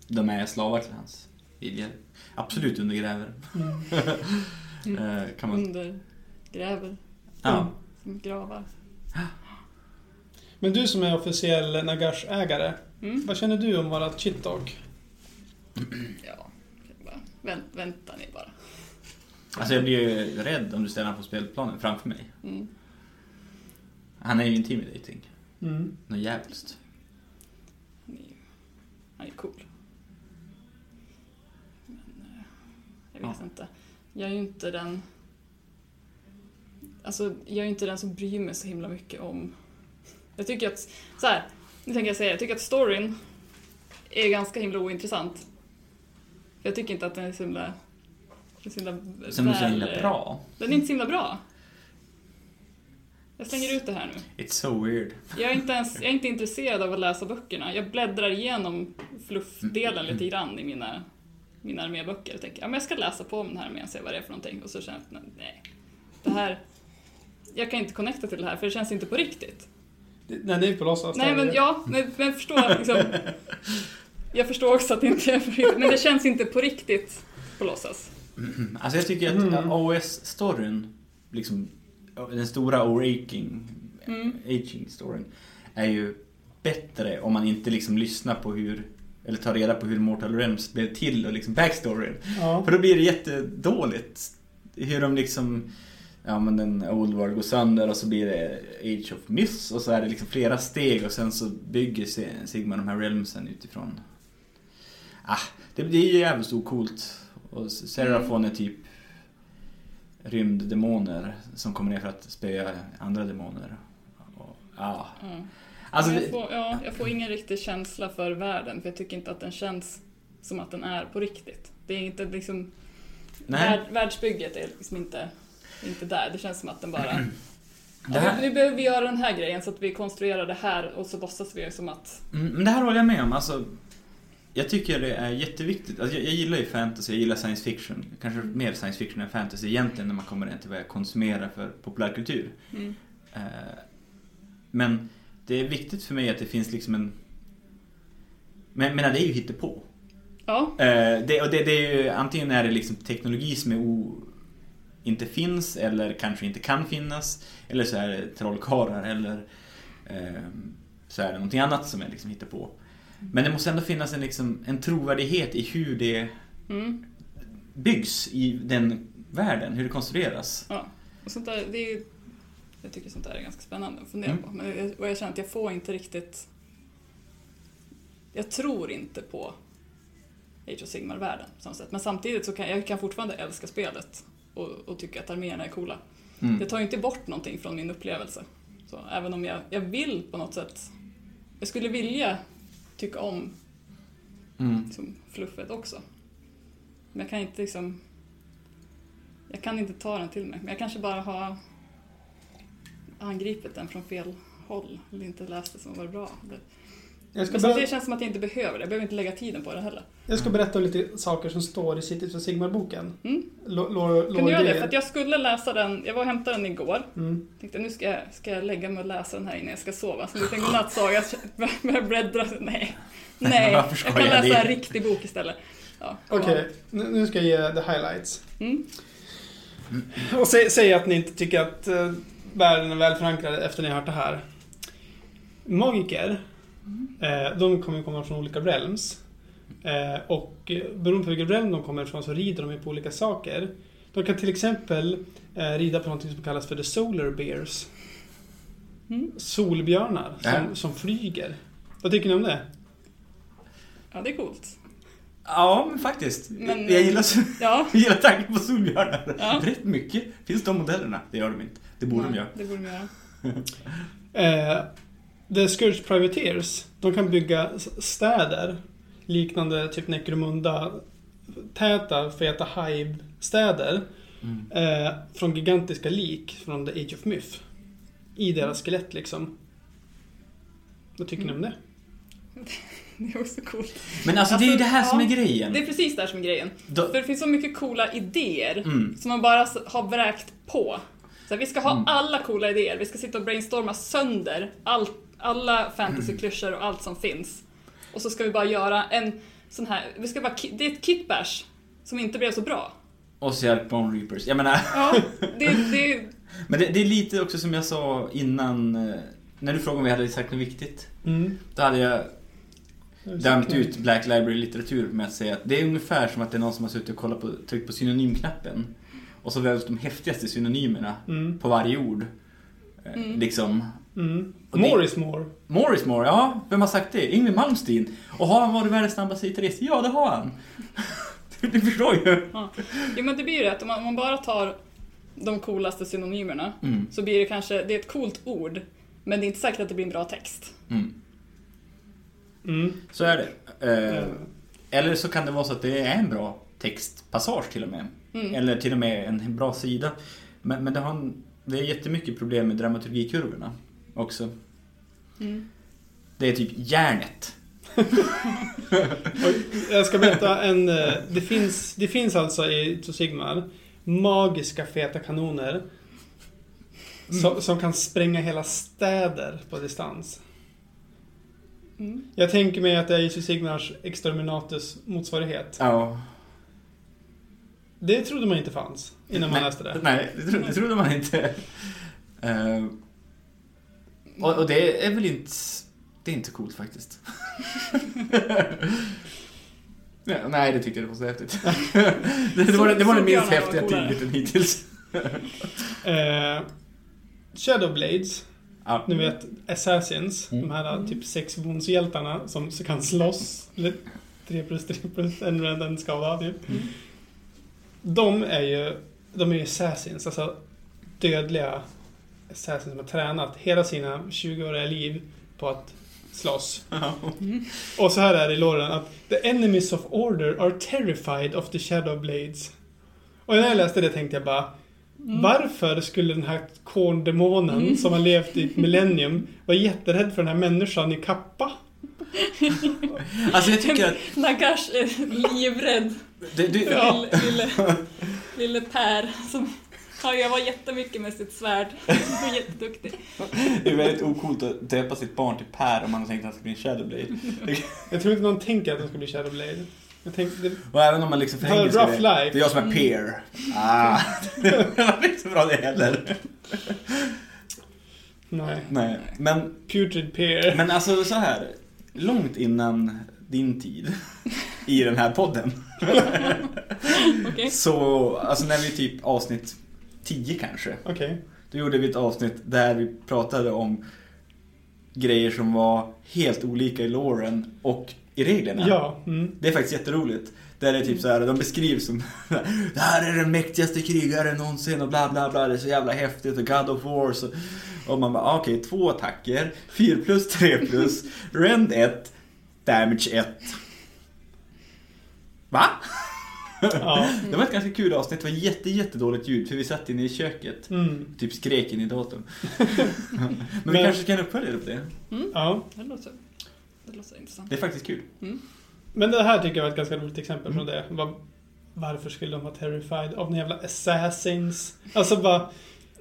de är slavar till hans vilja. Absolut undergräver. Eh, kan
Mm.
man...
Undergräver,
Ja.
gravar.
Men du som är officiell Nagash-ägare,
Mm.
vad känner du om vårat shitdog?
Ja, jag bara, vänt, vänta ni bara.
Alltså jag blir ju rädd om du ställer honom på spelplanen framför mig.
Mm.
Han är ju intimidating.
Mm.
Något jävligt.
Han är ju han är cool. Men eh, jag vet
Ja.
inte. Jag är ju inte den... Alltså, jag är ju inte den som bryr mig så himla mycket om... Jag tycker att... Så här, nu tänker jag säga. Jag tycker att storyn är ganska himla ointressant. Jag tycker inte att den är så himla... den är Så himla,
Sen är så
väl-
himla bra.
Den är inte så himla bra. Jag slänger ut det här nu.
It's so weird.
Jag är, inte ens, jag är inte intresserad av att läsa böckerna. Jag bläddrar igenom fluffdelen lite grann i mina, mina arméböcker och tänker ja, men jag ska läsa på om den här armén och se vad det är för någonting. Och så känner jag att nej, det här... Jag kan inte connecta till det här för det känns inte på riktigt.
Det- Nej, det är på låtsas.
Nej men
jag...
ja, men, men förstå att liksom... Jag förstår också att det inte är på riktigt, men det känns inte på riktigt på låtsas.
Mm. Alltså jag tycker att
Mm.
OS-storyn, liksom den stora oraking,
Mm.
aging storyn är ju bättre om man inte liksom lyssnar på hur, eller tar reda på hur Mortal Realms blev till och liksom backstoryn.
Ja.
För då blir det jättedåligt. Hur de liksom, ja men den old world går sönder och så blir det Age of Myths och så är det liksom flera steg och sen så bygger Se- Sigma de här realmsen utifrån. Ah, det blir ju jävligt ocoolt. Och Serafon är typ rymddemoner som kommer ner för att spöa andra demoner. Och, ah.
Mm.
Alltså,
Men jag,
det-
får, ja, jag får ingen riktig känsla för världen för jag tycker inte att den känns som att den är på riktigt. Det är inte liksom,
nej.
värld, världsbygget är liksom inte, inte där. Det känns som att den bara...
Det
Ja,
här-
nu behöver vi göra den här grejen så att vi konstruerar det här och så låtsas vi som att...
Mm, Men det här håller jag med om. Alltså, jag tycker det är jätteviktigt. Alltså, jag, jag gillar ju fantasy, jag gillar science fiction. Kanske mer science fiction än fantasy egentligen när man kommer in till vad jag konsumerar för populärkultur.
Mm,
Eh, men det är viktigt för mig att det finns liksom en... Men jag menar, det är ju hittepå.
ja,
Eh, det, och det, det är ju, antingen är det liksom teknologi som är o, inte finns eller kanske inte kan finnas. Eller så är det trollkarlar eller eh, så är det någonting annat som jag liksom hittar på. Men det måste ändå finnas en, liksom, en trovärdighet i hur det
mm,
byggs i den världen, hur det konstrueras.
ja. Och sånt där, det är ju, jag tycker sånt där är ganska spännande att fundera
Mm.
på. Men, jag- och jag känner att jag får inte riktigt... Jag tror inte på Age of Sigmar-världen på samma sätt. Men samtidigt så kan jag kan fortfarande älska spelet och, och tycka att arméerna är coola.
Mm.
Det tar ju inte bort någonting från min upplevelse. Så även om jag, jag vill på något sätt, jag skulle vilja tycka om
Mm.
liksom, fluffet också. Men jag kan inte liksom, jag kan inte ta den till mig. Men jag kanske bara har angripit den från fel håll eller inte läst det som var bra. Det,
Jag, ska
men så
ber...
Alltså, det känns som att jag inte behöver det, jag behöver inte lägga tiden på det heller.
jag ska berätta om lite saker som står i Cities för Sigmar-boken.
Mm.
Lo- lo-
Kan du göra det?
lore-idéer.
För att jag skulle läsa den, jag var och hämtade den igår
Mm.
Tänkte nu ska jag, ska jag lägga mig och läsa den här innan jag ska sova. Så nu tänkte godnattsaga, så börjar jag bläddra. så Nej, nej.
Varför
Jag
ska
kan
jag det?
läsa en riktig bok istället. Ja, kom
Okej, nu nu ska jag ge the highlights.
igen. Mm.
Och sä, säg att ni inte tycker att eh, världen är väl förankrad efter ni har hört det här. Magiker, eh, de kommer ju komma från olika realms. Eh, och eh, beroende på vilken realm de kommer ifrån så rider de ju på olika saker. De kan till exempel eh, rida på någonting som kallas för the solar bears.
Mm.
Solbjörnar som,
Ja.
som flyger. Vad tycker ni om det?
Ja, det är coolt.
Ja, men faktiskt.
Men-
jag, gillar, så-
Ja.
jag gillar tanken på solbjörnar.
Ja.
Rätt mycket. Finns de modellerna? Det gör de inte. Det borde de
Nej,
göra.
Det borde de göra.
Eh, The Scourge Privateers, de kan bygga s- städer liknande typ Necromunda täta, feta hive-städer
Mm.
eh, från gigantiska lik från The Age of Myth. I
Mm.
deras skelett liksom. Vad tycker ni om det?
Det är också coolt.
Men alltså, det är ju det här
Alltså,
som är
ja.
grejen.
Det är precis det här som är grejen.
Då-
För det finns så mycket coola idéer
Mm.
som man bara s- har vräkt på. Så här, vi ska ha alla coola idéer. Vi ska sitta och brainstorma sönder all, alla fantasyklyschor och allt som finns. Och så ska vi bara göra en sån här, vi ska bara, ki- det är ett kitbash som inte blev så bra.
Och så hjälper man Reapers. Jag menar,
Ja, det, det,
men det, det är lite också som jag sa innan, eh, när du frågade om vi hade sagt något viktigt.
Mm.
Då hade jag dömt ut Black Library-litteratur med att säga att det är ungefär som att det är någon som har suttit och kollat på, tryckt på synonymknappen. Och så väljs de häftigaste synonymerna
Mm.
på varje ord. Eh,
Mm.
Liksom.
Mm.
Och det-
More is more.
Morris Moore, ja, vem har sagt det? Yngwie Malmsteen. Och har han varit världens snabbaste gitarrist? Ja, det har han. du förstår ju.
jo, men det blir ju det att om man, om man bara tar de coolaste synonymerna
Mm,
så blir det kanske, det är ett coolt ord, men det är inte säkert att det blir en bra text.
mm.
Mm.
Så är det. Eh,
Mm.
Eh,
Eller så kan det vara så att det är en bra textpassage till och med.
Mm.
Eller till och med en bra sida. Men, men det, har en, det är jättemycket problem med dramaturgikurvorna också.
Mm.
Det är typ järnet.
Och jag ska berätta en... eh, Det finns, det finns alltså i Ito Sigmar magiska feta kanoner som, som kan spränga hela städer på distans.
Mm.
Jag tänker mig att det är Ito Sigmars exterminatus motsvarighet.
Ja.
Det trodde man inte fanns innan man
Nej,
läste det.
Nej, det, tro, det trodde man inte. Eh, och, och det är väl inte... Det är inte coolt faktiskt. Ja, nej, det tyckte jag var så häftigt. det, det, var, det var det minst
Solbjörnarna var
häftiga
coolare.
tidbiten hittills.
Eh, Shadowblades,
Ja.
ni vet Assassins,
Mm.
de här typ sexbonshjältarna som så kan slåss. Eller 3 plus 3 plus en rand en skada typ.
Mm.
De är ju, de är ju Assassins, alltså dödliga Assassins som har tränat hela sina 20-åriga liv på att slåss. Och så här är det i låren att The enemies of order are terrified of the shadow blades. Och när jag läste det tänkte jag bara Varför skulle den här korndemonen som har levt i ett millennium vara jätterädd för den här människan i kappa?
Alltså jag tycker att...
Nagash är eh, livrädd
Det, du,
för
ja.
lille, lille, lille Per som har övat jättemycket med sitt svärd. Han är jätteduktig.
det är väldigt ocoolt att döpa sitt barn till Per om man har tänkt att han ska bli en shadowblade.
Jag tror inte någon tänker att den ska bli shadow blade. Jag tänkte, det,
Och även om man liksom
Har
förhänger
rough
det.
life. Mm.
Det är jag som är peer. Ah, det var inte så bra det heller.
nej.
Nej, men
Putrid peer.
Men alltså så här, långt innan din tid i den här podden.
Okej.
Så, alltså när vi typ avsnitt 10 kanske.
Okej.
Då gjorde vi ett avsnitt där vi pratade om grejer som var helt olika i loren och i reglerna.
Ja. Mm.
Det är faktiskt jätteroligt. Där det är typ så här, de beskrivs som Det här är den mäktigaste krigaren någonsin och bla bla bla, det är så jävla häftigt och God of War. Så, och man bara, ah, okej, två attacker, 4 plus, 3 plus, rend 1, damage 1. Va?
Ja.
Det var ett ganska kul avsnitt, det var jätte, jättedåligt ljud för vi satt inne i köket.
Mm.
Typ skrek in i datorn. Men, vi
Men-
kanske kan uppfölja upp det.
ja.
Det låter, det låter intressant.
Det är faktiskt kul.
Men det här tycker jag var ett ganska roligt exempel från det. Var, varför skulle de vara terrified av den jävla assassins? Alltså bara...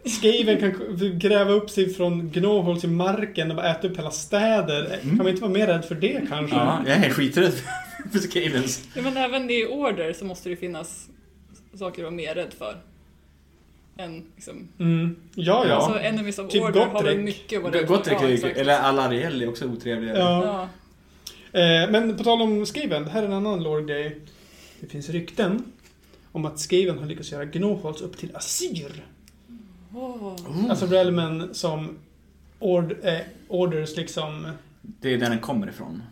Skaven kan k- gräva upp sig från gnåhåls i marken och bara äta upp hela städer. Kan man inte vara mer rädd för det kanske?
Ja, jag är skiträdd för Skavens.
Ja, men även i order så måste det ju finnas saker att vara mer rädd för. Än liksom,
Mm. Ja, ja.
alltså enemies of
Typ
order har väl
Gottrek.
mycket att vara rädd för.
Gottrek är
Ja,
ju
exakt.
eller Alariel är också otrevliga.
Ja.
Ja.
Eh, men på tal om Skaven, här är en annan lore-grej. Det finns rykten om att Skaven har lyckats göra gnåhåls upp till Assyr.
Åh.
Alltså realmen som ord, eh, orders liksom...
Det är där den kommer ifrån.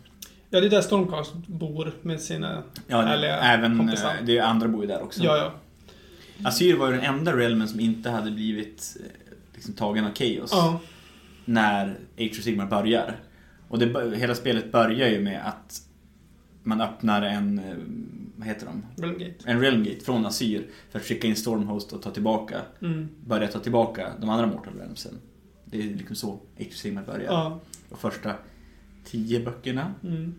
Ja, det är där Stormcast bor med sina...
Ja, det,
Härliga
även
kompisar.
eh, det är andra bor ju där också.
Ja, ja.
Assyr var ju den enda realmen som inte hade blivit eh, liksom, tagen av Chaos
Ja.
när Age of Sigmar börjar. Och det, bör- hela spelet börjar ju med att man öppnar en, eh, vad heter de?
Vulgate.
En realm gate från Assyr för att skicka in Stormhost och ta tillbaka,
Mm.
börja ta tillbaka de andra Mortal Realmsen. Det är liksom så Age of Sigmar börjar.
Ja.
Och första tio böckerna
Mm.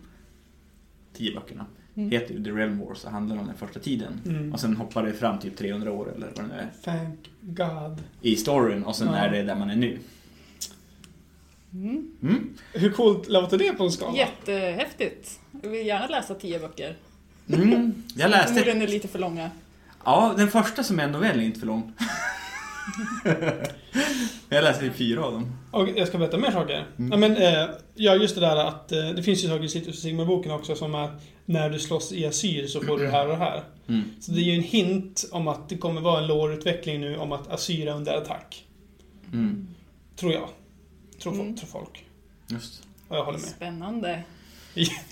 tio böckerna heter ju The Realm Wars och handlar om den första tiden.
Mm.
Och sen hoppar det fram typ 300 år eller vad det nu är
Thank God.
i storyn och sen
Ja.
är det där man är nu.
Mm.
Mm.
Hur coolt låter det på en skala?
Jättehäftigt. Jag vill gärna läsa tio böcker.
Mm. Jag läste...
Förmodligen är lite för långa.
Ja, den första som är en novell är inte för lång. jag läste typ fyra av dem.
Och jag ska berätta mer saker.
Mm.
Ja, men, eh, ja, just det där att eh, det finns ju saker i Citrus och Sigma-boken också som att när du slåss i Assyr så får du det här och det här.
Mm.
Så det är ju en hint om att det kommer vara en lårutveckling nu om att Assyr är under attack.
Mm.
Tror jag. Tror, fo-
Mm.
tror folk.
Just.
Och jag håller med.
Spännande.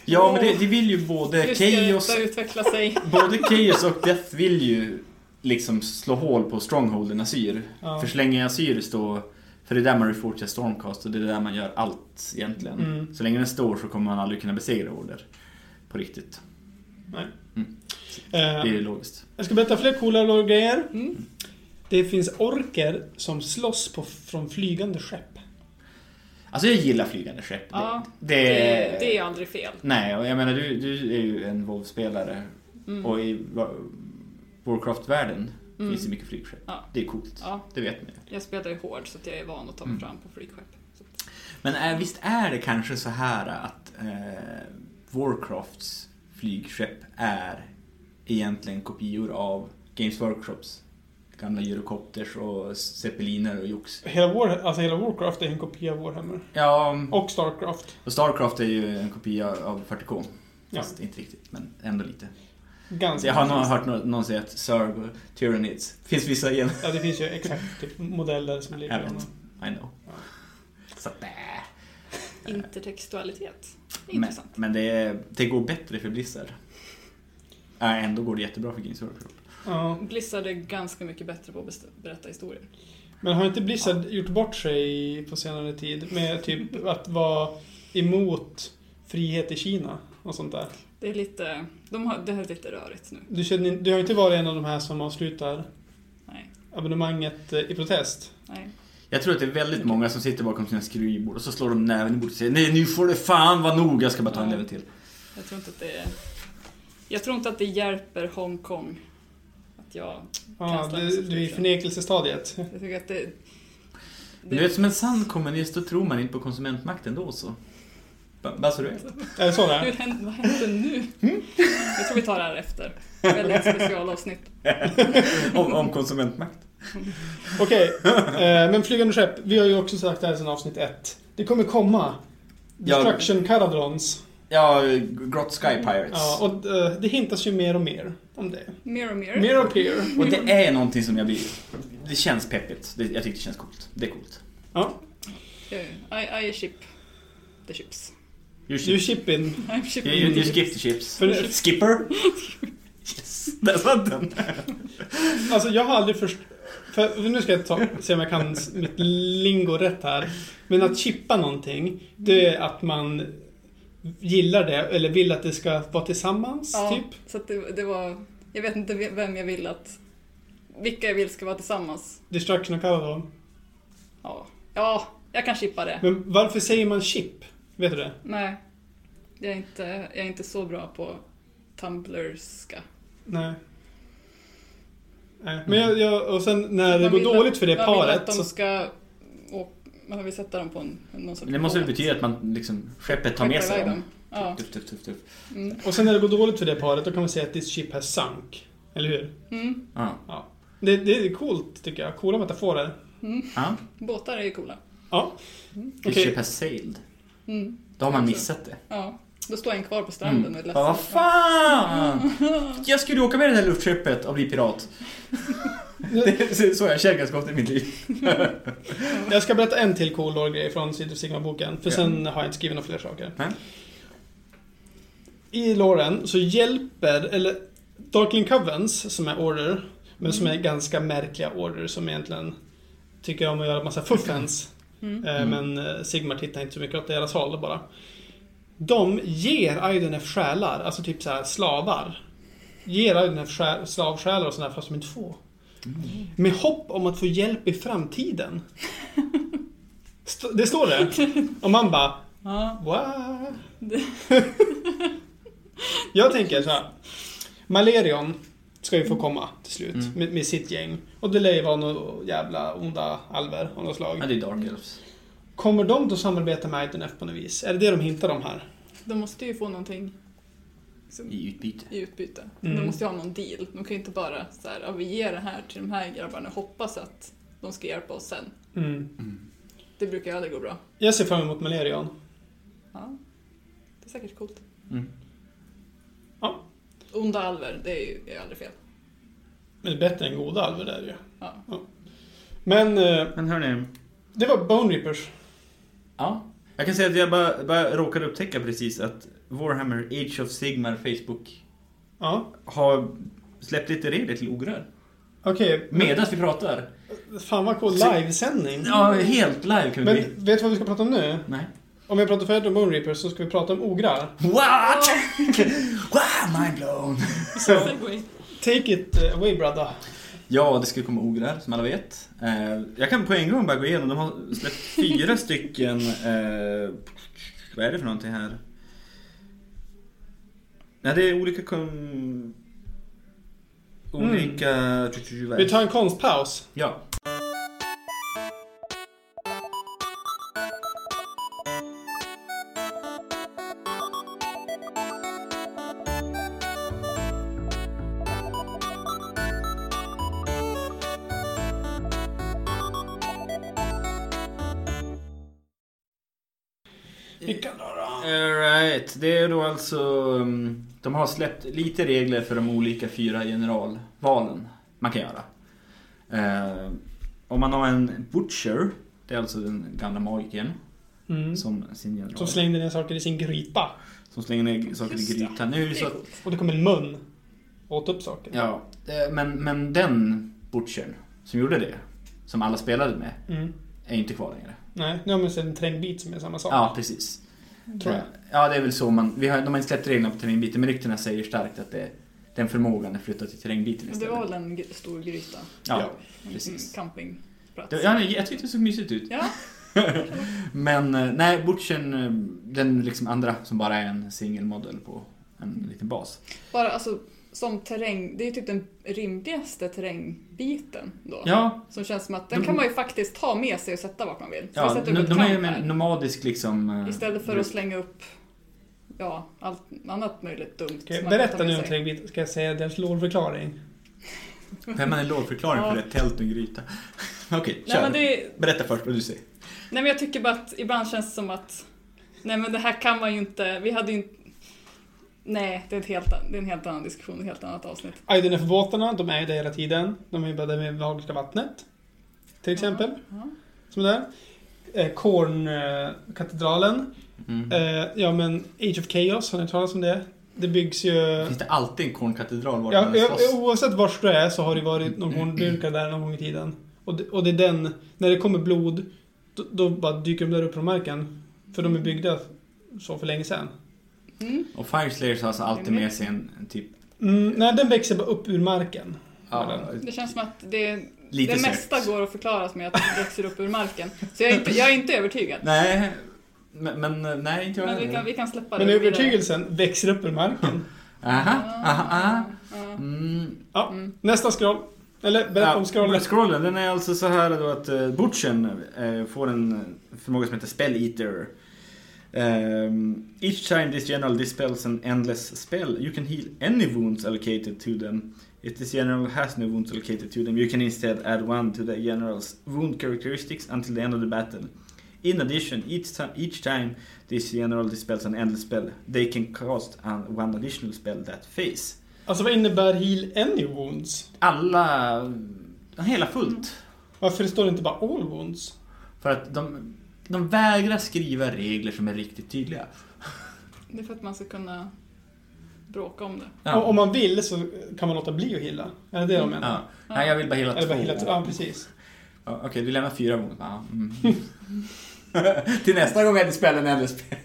Ja, men det, det vill ju både
Hur ska
Eh, Chaos, Eh.
detta utveckla sig?
både Chaos och Death vill ju liksom slå hål på Strongholden Asyr.
Ja. Eh,
För så länge Asyr står, för det är där man reforgear Stormcast och det är där man gör allt egentligen.
Mm.
Så länge den står så kommer man aldrig kunna besegra Order. På riktigt. Det är
Eh,
ju logiskt.
jag ska berätta fler coola lore- grejer.
Mm.
Det finns orker som slåss på, från flygande skepp.
Alltså jag gillar flygande skepp.
Ja,
det,
Det,
det,
det är aldrig fel.
Nej, och jag menar du, du är ju en WoW-spelare
Mm.
och i Va- Warcraft-världen
Mm.
finns det mycket flygskepp.
Ja.
Det är coolt.
Ja,
Det vet man ju.
jag spelar ju hård så att jag är van att ta
Mm.
mig fram på flygskepp. Så att-
Men är, visst är det kanske så här att eh, Warcrafts flygskepp är egentligen kopior av Games Workshops gamla gyrokopters och zeppeliner och jox.
Hela, War, alltså hela Warcraft är en kopia av Warhammer.
Ja,
Och Starcraft.
och Starcraft är ju en kopia av 40K.
Ja. Alltså,
Fast inte riktigt, men ändå lite.
Ganska
Så jag har nog hört nå- någon säga att Zerg och Tyranids finns vissa igen.
Ja, det finns ju exakt typ, modeller som blir
Jag vet. I know. Så att, äh.
Intertextualitet.
men,
Intressant.
men det, är- det går bättre för Blizzard. Äh, ändå går det jättebra för Games Workshop.
Ja.
Blizzard är ganska mycket bättre på att best- berätta historier.
Men har inte Blizzard gjort bort sig på senare tid med typ att vara emot frihet i Kina och sånt där?
Det är lite, de har, det här är lite rörigt nu.
Du, känner, du har inte varit en av de här som avslutar
Nej,
abonnemanget eh, i protest?
nej.
Jag tror att det är väldigt många som sitter bakom sina skrivbord och så slår de näven i bordet och säger Nej nu får det fan vara nog, jag ska bara ta en
Ja.
level till.
Jag tror inte att det är, jag tror inte att det hjälper Hongkong. Att jag,
Ja,
Kanslan
du, du är i förnekelsestadiet.
jag tycker att det...
Men du vet som en sann kommunist, då tror man inte på konsumentmakten då så. B- Bara så du vet.
Är det så det
Hur
är?
hände, vad hände nu?
Mm.
Jag tror vi tar det här efter. Väldigt specialavsnitt.
Om, om konsumentmakt.
Okej, eh, men flygande skepp. Vi har ju också sagt det här sedan avsnitt ett. Det kommer komma.
Ja.
Destruction Caradrons.
Ja, Grot Sky Pirates.
Ja, och eh, det hintas ju mer och mer om det.
Mirror, mirror.
Mer och mer.
Och det är någonting som jag blir... Det känns peppigt. Det, jag tycker det känns coolt. Det är coolt.
Ja,
I, I ship the ships.
You
du är
ship,
shipping.
I'm shipping
you, you, you skip the chips.
För-
Skipper? Yes, där satt den!
Alltså jag har aldrig först... För, för nu ska jag ta, se om jag kan s- mitt lingo rätt här. Men att chippa någonting, det är att man gillar det eller vill att det ska vara tillsammans,
Ja,
typ.
så att det, det var... Jag vet inte vem jag vill att... Vilka jag vill ska vara tillsammans.
Destruction och Caradon.
Ja, ja jag kan chippa det.
Men varför säger man chip? Vet du det?
Nej, jag är inte, jag är inte så bra på Tumblrska.
Nej. Nej. Men jag, jag, och sen när det
Man
går
vill
dåligt
att-
för det
man vill att
paret
de
så...
ska... Och, man vill sätta dem på en, någon sorts
Men det måste väl
båt.
betyda att man liksom... Skeppet tar med
Skeppa
sig
iväg
dem.
Ja.
Tuff, tuff, tuff, tuff.
Mm.
Och sen när det går dåligt för det paret då kan man säga att this ship has sunk. Eller hur?
Mm.
Ja.
Det, det är coolt tycker jag. Coola metaforer.
Ja.
Båtar är ju coola.
Ja.
The
Okej.
ship has sailed.
Mm.
Då har man missat det.
Ja, då står en kvar på stranden
Mm.
och
Ja,
är ledsen.
Vad fan! Jag skulle åka med det här luftskeppet och bli pirat. Det är så jag kärnkraftskott i mitt liv.
Jag ska berätta en till cool lore-grej från Citrus Sigma-boken, för
Ja.
sen har jag inte skrivit några fler saker.
Nej.
I loren så hjälper, eller Darkling Covens, som är order, men som är
Mm.
ganska märkliga order som egentligen tycker om att göra massa fuffens.
Mm.
Eh,
Mm.
Men eh, Sigmar tittar inte så mycket åt deras håll bara. De ger Idenef själar, alltså typ så här slavar. Ger Idenef sjä- slavsjälar och sådär fast de inte får.
Mm.
Med hopp om att få hjälp i framtiden. St- det står det. Och man bara,
Ja,
wow. Jag tänker så här. Malerion ska ju få komma till slut
Mm.
med, med sitt gäng. Och det lär ju vara några jävla onda alver av något
Ja,
slag.
det är Dark Elves.
Kommer de då samarbeta med Idenf på något vis? Är det det de hintar om här?
De måste ju få någonting som-
I utbyte.
i utbyte.
Mm.
De måste ju ha någon deal. De kan ju inte bara så här, ja, vi ger det här till de här grabbarna och hoppas att de ska hjälpa oss sen.
Mm.
Mm.
Det brukar ju aldrig gå bra.
Jag ser fram emot Malerion.
Ja. Det är säkert coolt.
Mm.
Onda alver, det är ju det är aldrig fel.
Men det är bättre än goda alver där ju.
Ja.
Men eh,
Men hörni.
det var Bone Reapers.
Ja. Jag kan säga att jag bara, bara råkade upptäcka precis att Warhammer Age of Sigmar Facebook
Ja,
har släppt lite regler till ogrör.
okej.
Medan vi pratar.
Fan vad cool livesändning.
Ja, helt live kan vi bli.
Men vet du vad vi ska prata om nu?
Nej.
Om jag pratar färdigt om Bone Reapers så ska vi prata om ograr.
What? wow, mind blown.
Så,
Segway.
take it away brother.
Ja, det ska komma ograr som alla vet. Eh, jag kan på en gång bara gå igenom. De har släppt fyra stycken... Eh, vad är det för någonting här? Nej, det är olika... Kom... Olika...
Mm. Vi tar en konstpaus.
Ja.
Vi kan röra.
Alright, det är då alltså... mm, De har släppt lite regler för de olika fyra generalvalen man kan göra. Eh, om man har en Butcher, det är alltså den gamla magikern
Mm.
som sin general.
Som slängde ner saker i sin gryta.
som slänger ner saker i
Just det.
grytan. Nu är det
Det
så
är
att,
coolt.
Och det kom en mun. Åt upp saker.
ja, eh, men, men den Butchern som gjorde det, som alla spelade med,
Mm.
är inte kvar längre.
Nej, nu har man sett en trängbit som är samma sak.
Ja, precis.
Tror jag.
Ja, det är väl så man... Vi har, de har inte släppt reglerna på terminbiten, men ryktena säger starkt att det, den förmågan är flyttad till terrängbiten
Men det
istället.
var väl en gr- stor gryta?
Ja,
Ja.
precis.
Mm, campingplats.
Det, ja, nej, jag tyckte det såg mysigt ut.
Ja,
Men eh, nej, Butchen, eh, den liksom andra som bara är en singelmodell på en liten bas.
bara alltså som terräng. Det är ju typ den rimligaste terrängbiten då.
Ja,
Som känns som att den kan man ju faktiskt ta med sig och sätta vart man vill. Så vi
ja
sätter
de,
upp ett
de är ju
camp
med
här.
nomadisk liksom... eh,
Istället för
bruk.
att slänga upp ja, allt annat möjligt dumt.
Okej,
som man kan
berätta
ta med
nu om
sig.
trängbiten. Ska jag säga deras lårförklaring?
Vem hade en lovförklaring för
Ja.
ett tält och en gryta? Okej,
Nej
kör.
men, det,
Berätta först vad du säger.
nej men jag tycker bara att ibland känns det som att Nej men det här kan man ju inte, vi hade ju inte Nej, det är, ett helt, an- det är en helt annan diskussion, ett helt annat avsnitt.
IDNF-båtarna, de är ju där hela tiden. De är ju bara där med Vagliska vattnet. Till exempel.
Ja.
Som är där. Eh, Kornkatedralen.
Mm.
Eh, ja men Age of Chaos, har ni hört talas om det? Det byggs ju...
Finns det alltid en kornkatedral vart
Ja,
man än
ö- ö-
slåss?
oavsett vart du är så har det varit någon horndyrkare där någon gång i tiden. Och det, och det är den, när det kommer blod, då, då bara dyker de där upp från marken. För de är byggda så för länge sedan.
Mm.
Och Fire Slayers har alltså alltid med sig en, en typ...
Mm, nej, den växer bara upp ur marken.
Ja,
Det känns som att det,
lite
det
sökt.
mesta går att förklaras med att det växer upp ur marken. Så jag är inte, jag är inte övertygad.
Nej, men, men nej, inte jag
Men vi
heller.
kan, vi kan släppa det.
Men
vidare.
övertygelsen växer upp ur marken.
Aha, aha, aha.
Ja.
Mm.
Ja,
Mm.
nästa scroll. Eller berätta
Ja,
om scrollen.
Scrollen, den är alltså så här då att eh, Butchen eh, får en eh, förmåga som heter Spell Eater. Ehm, each time this general dispels an endless spell you can heal any wounds allocated to them. If this general has no wounds allocated to them you can instead add one to the general's wound characteristics until the end of the battle. In addition, each, ti- each time this general dispels an endless spell they can cast an, one additional spell that phase.
Alltså vad innebär heal any wounds?
Alla, hela fullt.
Varför står det inte bara all wounds?
För att de, de vägrar skriva regler som är riktigt tydliga.
Det är för att man ska kunna bråka om det.
Och om man vill så kan man låta bli att heala. Är det det de menar?
Mm. ja. Nej, jag vill bara hela
Eller bara heala,
två.
ja precis.
Ja, Okej, du lämnar fyra gånger. Ja, mm. Till nästa gång är det spelen eller spel.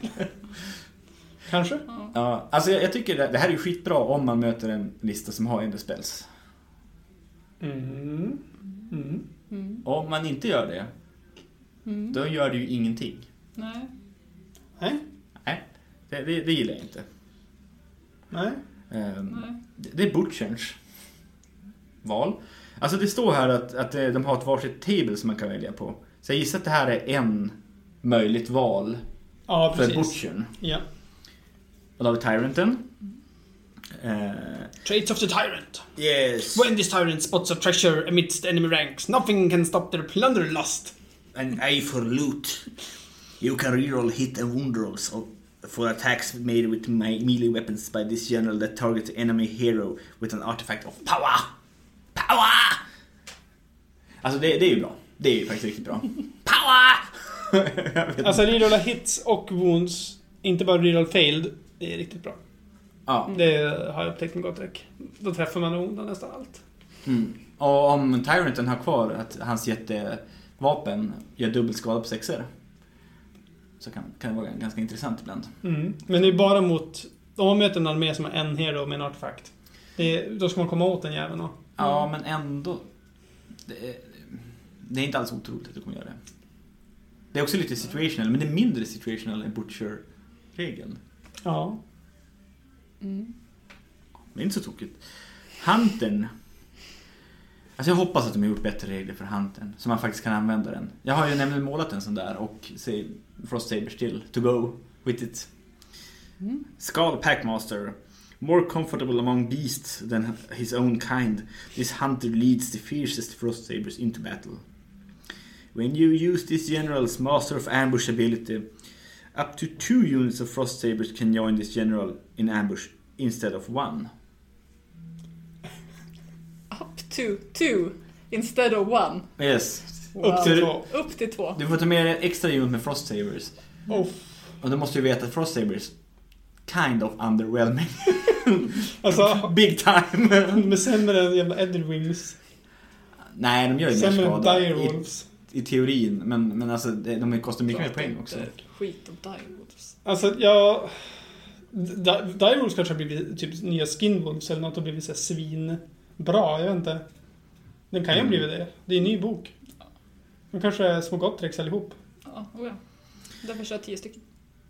Kanske?
Ja.
Ja, alltså jag, jag tycker det, det här är ju skitbra om man möter en lista som har ändå spells.
Mm. Mm.
Mm.
Om man inte gör det,
Mm.
då gör det ju ingenting.
Nej.
Nej.
Nej, det, det, det gillar jag inte.
Nej.
Ehm,
Nej.
det det är Butcherns val. Alltså det står här att, att eh, de har ett varsitt table som man kan välja på. Så jag gissar att det här är en möjligt val
Ja,
för
precis.
Butchern.
Ja.
Och då har vi Tyranten. Eh,
Traits of the Tyrant.
yes.
When this tyrant spots a treasure amidst enemy ranks, nothing can stop their plunderlust.
An eye for loot. You can reroll hit and wound rolls of- for attacks made with me- melee weapons by this general that targets enemy hero with an artifact of power. Power! Alltså det, det är ju bra. Det är ju faktiskt riktigt bra. Power! Jag vet inte.
Alltså rerolla hits och wounds, inte bara reroll failed, det är riktigt bra.
ja.
Det har jag upptäckt med gott räck. Då träffar man nog nästan allt.
Mm. Och om Tyranten har kvar att hans jättevapen gör dubbel skada på sexer. Så kan, kan det vara ganska intressant ibland.
Mm. Men det är bara mot... Om man möter en armé som har en hero med en artefakt. Det är, då ska man komma åt den jäveln då.
Ja, men ändå. Det är, det är inte alls otroligt att du kommer göra det. Det är också lite situational, men det är mindre situational än Butcher-regeln.
Ja.
Mm.
Det är inte så tokigt. Huntern. Alltså jag hoppas att de har gjort bättre regler för Huntern, så man faktiskt kan använda den. Jag har ju nämligen målat en sån där och se- Frost Saber still to go with it.
Mm.
Skull Packmaster. More comfortable among beasts than his own kind, this hunter leads the fiercest frost sabers into battle. When you use this general's master of ambush ability, up to two units of frost sabers can join this general in ambush instead of one.
Up to two instead of one.
Yes.
Upp till
Wow.
två.
Upp till två.
Du får ta med dig en extra unit med frost sabers.
Oh.
Och du måste ju veta att frost sabers kind of underwhelming.
Alltså,
Big time!
de är sämre än jävla Edderwings.
Nej, de gör ju mer
Sämre än
skada. I,
Direwolves.
I teorin, men, men alltså det- de kostar mycket mer poäng också.
Inte Skit om Direwolves.
Alltså, jag... Di- Direwolves kanske har blivit typ nya Skinwolves eller något och blivit såhär svinbra, jag vet inte. Den kan ju ha
Mm.
blivit det. Det är en ny bok. De kanske är små Gottrex allihop.
Ja, oh ja. Därför kör jag tio stycken.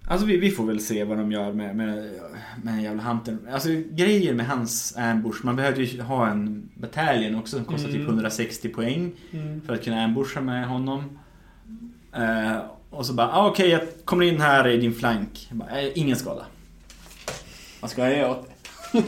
Alltså vi, vi får väl se vad de gör med, med, med den jävla huntern. Alltså grejen med hans ambush, man behövde ju ha en bataljon också som kostar typ
Mm.
160 poäng
Mm.
för att kunna ambusha med honom. Eh, och så bara, ah, okej jag kommer in här i din flank. Jag bara, eh, ingen skada. Vad ska jag göra åt det?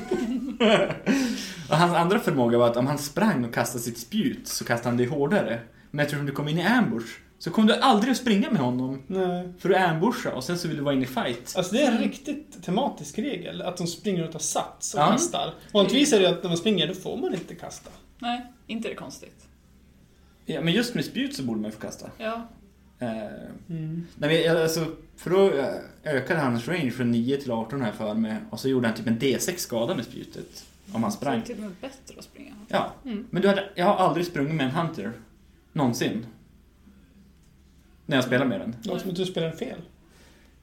och hans andra förmåga var att om han sprang och kastade sitt spjut så kastade han det hårdare. Men eftersom du kom in i ambush så kom du aldrig att springa med honom.
Nej.
För du ambusha och sen så vill du vara inne i fight.
Alltså det är en riktigt tematisk regel, att de springer och tar sats och
Ja.
kastar. Vanligtvis är det att när man springer, då får man inte kasta.
Nej, inte är det konstigt.
Ja, men just med spjut så borde man ju få kasta.
Ja,
Eh, nej, men, alltså, för då eh, ökade hans range från 9 till 18 här för mig och så gjorde han typ en D6 skada med spjutet. Om han
så är det
sprang.
till och med bättre att springa.
Ja.
Mm.
Men du hade, jag har aldrig sprungit med en Hunter. Någonsin. När jag spelar med den.
Det låter som att du spelar fel.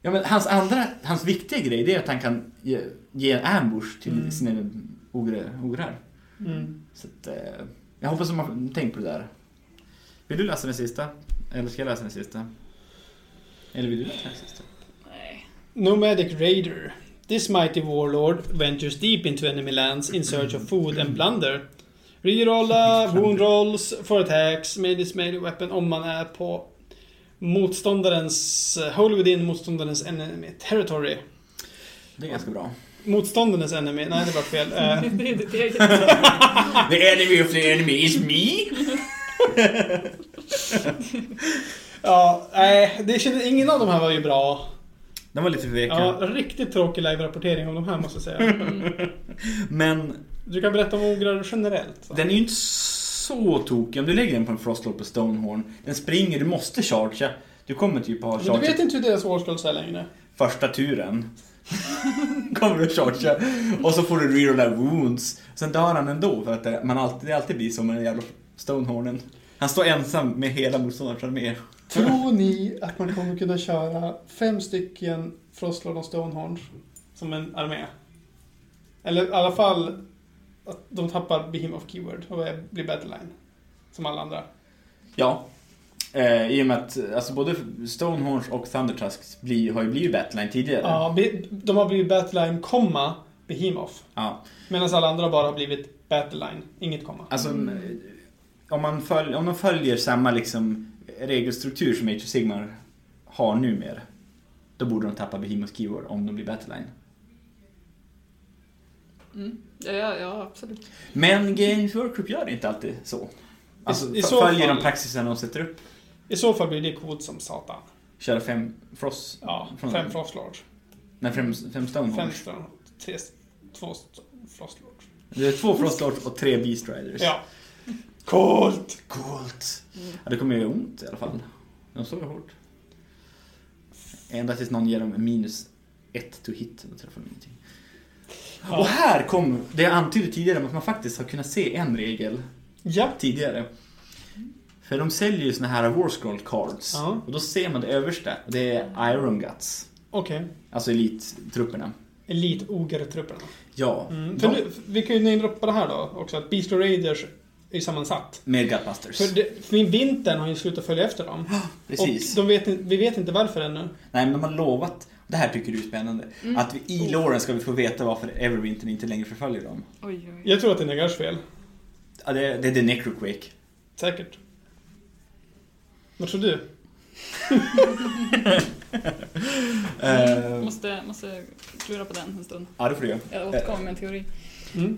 Ja, men hans andra, hans viktiga grej det är att han kan ge, ge en ambush till
Mm.
sina ogre- ograr.
Mm.
Så att, eh, jag hoppas att man har tänkt på det där. Vill du läsa den sista? Eller ska jag läsa den sista? Eller vill du läsa den sista?
Nej.
Nomadic Raider. This mighty warlord ventures deep into enemy lands in search of food and plunder. Rerolla wound rolls for attacks med this melee weapon om man är på motståndarens... Hole within motståndarens enemy territory.
Det är ganska bra.
Motståndarens enemy? Nej, det var fel. Eh,
Det är ditt eget.
The enemy of the enemy is me!
Ja, nej, det kände, ingen av de här var ju bra.
Den var lite veka.
Ja, riktigt tråkig live-rapportering om de här måste jag säga.
Men
Du kan berätta om ograr generellt. va?
den är ju inte så tokig. Om du lägger den på en Frostlord på Stonehorn. Den springer, du måste chargea. Du kommer typ ha
Men du vet
charge
inte hur deras årskulls är längre.
första turen. kommer du att chargea. Och så får du rerolla wounds. Sen dör han ändå för att det, man alltid, det alltid blir som med den jävla Stonehornen. Han står ensam med hela motståndarens armé.
Tror ni att man kommer kunna köra fem stycken Frostlord och Stonehorns som en armé? Eller i alla fall att de tappar Behemoth of Keyword och blir Battleline. Som alla andra.
Ja. Eh, I och med att alltså, både Stonehorns och Thundertusks blir, har ju blivit Battline tidigare.
Ja, be- de har blivit Battleline, komma Behemoth.
Ja.
Medan alla andra bara har blivit Battleline, inget komma.
Alltså, om, man följ, om de följer samma liksom, regelstruktur som Age of Sigmar har numera, då borde de tappa Behemoth Keyword om de blir Battleline.
Mm. Ja, ja, ja, absolut.
Men Games Workshop gör inte alltid så. Alltså,
I- i
f-
så
följer
fall-
de praxisen de sätter upp.
I så fall blir det coolt som satan.
Köra fem Frost...
Ja,
från-
fem Frostlords.
Nej, fem, fem
Fem
Stonehorns.
Stone, tre, två St- Frostlords.
Det är två Frostlords och tre Beast Riders.
Ja. Coolt!
Coolt! Mm. Ja, det kommer ju göra ont i alla fall. De slår ju hårt. Ända tills någon ger dem minus ett to hit, då träffar de ingenting.
Ja.
Och här kom det jag antydde tidigare om att man faktiskt har kunnat se en regel
Ja.
tidigare. För de säljer ju såna här War Scroll cards.
Ja.
Och då ser man det översta. Och det är Iron Guts.
Okej.
Alltså elittrupperna.
Elit-ogertrupperna.
Ja.
Mm. För
de,
nu, vi kan ju namedroppa det här då också, att Beast of Raiders är ju sammansatt.
Med Gutbusters.
För, det, för vintern har ju slutat följa efter dem.
Precis.
Och de vet, in- vi vet inte varför ännu.
Nej, men de har lovat. Det här tycker du är spännande. Att vi, i låren ska vi få veta varför Everwinter inte längre förföljer dem.
Oj, oj.
Jag tror att det är Negars fel.
Ja, det, det är The Necroquake.
Säkert. Vad tror du?
Uh,
Måste, måste klura på den en stund.
ja, det får du göra.
Jag återkommer med en teori.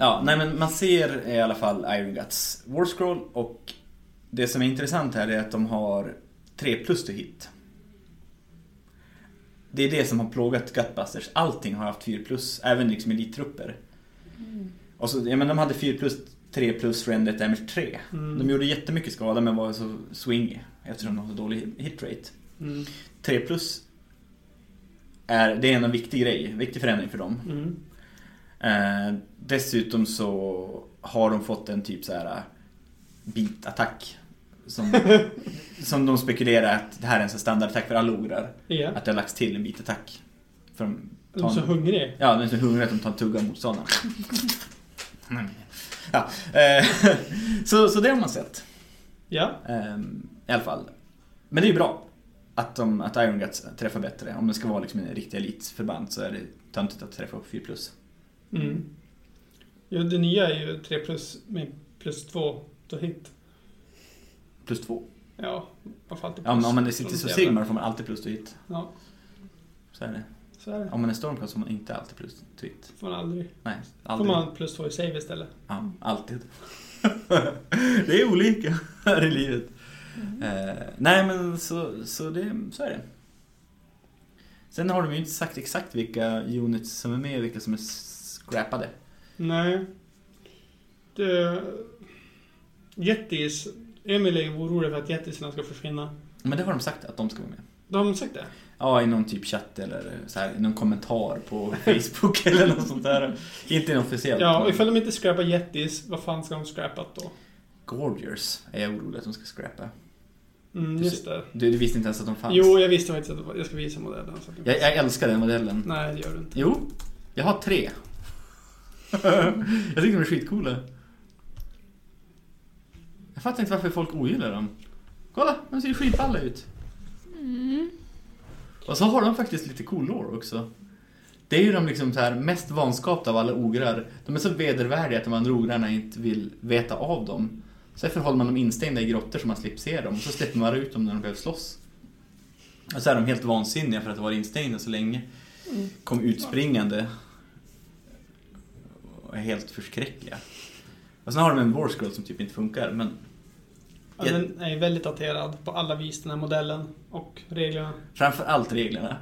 Ja, nej men man ser i alla fall Iron Guts War Scroll och det som är intressant här är att de har 3 plus to hit. Det är det som har plågat Gutbusters. Allting har haft 4 plus, även liksom elittrupper.
Mm.
Och så, ja, men de hade 4 plus, 3 plus, rendered damage 3.
Mm.
De gjorde jättemycket skada men var så swingy eftersom de har så dålig hitrate.
Mm.
3 plus är, det är en viktig grej, viktig förändring för dem.
Mm.
Eh, dessutom så har de fått en typ så här bitattack. Som, som de spekulerar att det här är en sån standardattack för alla ograr.
Ja.
Att det har lagts till en bitattack. För de
De är så hungriga.
Ja, de är så hungriga att de tar en tugga av motståndaren. ja, eh, så, så det har man sett.
Ja.
Ehm, I alla fall. Men det är ju bra att, de, att Iron Guts träffar bättre. Om det ska vara liksom en riktig elitförband så är det töntigt att träffa upp 4 plus.
Mm. Jo, det nya är ju 3 plus med plus 2 då hit.
Plus 2.
Ja, varför alltid
Ja,
plus?
men om man sitter så
Sånt
Sigmar får man alltid plus to hit.
Ja,
Så är det.
så är det.
Om man är Stormcast får man inte alltid plus to hit.
Får man aldrig.
Nej,
Får
aldrig.
man plus 2 i save istället.
Ja, alltid. det är olika här i livet.
Mm.
Eh, nej, men så, så, det, så är det. Sen har de ju inte sagt exakt vilka units som är med och vilka som är scrappade.
Nej. Det... Jättis. Emil är ju orolig för att jättisarna ska försvinna.
Men det har de sagt att de ska vara med.
Då har de sagt det?
Ja, i någon typ chatt eller så här, i någon kommentar på Facebook eller något sånt där. Inte officiellt.
Ja, och
men-
ifall de inte scrappar jättis, vad fan ska de scrappa då?
Gorgers är jag orolig att de ska scrappa.
Mm, just det.
Du, du visste inte ens att de fanns?
Jo, jag visste faktiskt att det var- jag ska visa modellen. Så att
Jag, jag älskar den modellen.
Nej, det gör du inte.
Jo, jag har tre. jag tycker de är skitcoola. Jag fattar inte varför folk ogillar dem. Kolla, de ser ju skitballa ut. Och så har de faktiskt lite cool lore också. Det är ju de liksom så här mest vanskapta av alla ograr. De är så vedervärdiga att de andra ograrna inte vill veta av dem. Så därför håller man dem instängda i grottor så man slipper se dem. Och så släpper man ut dem när de behöver slåss. Och så är de helt vansinniga för att vara instängda så länge kom utspringande. Och är helt förskräckliga. Och sen har de en War Scroll som typ inte funkar, men
Ja,
Jag-
den är ju väldigt daterad på alla vis, den här modellen och reglerna.
framför allt reglerna.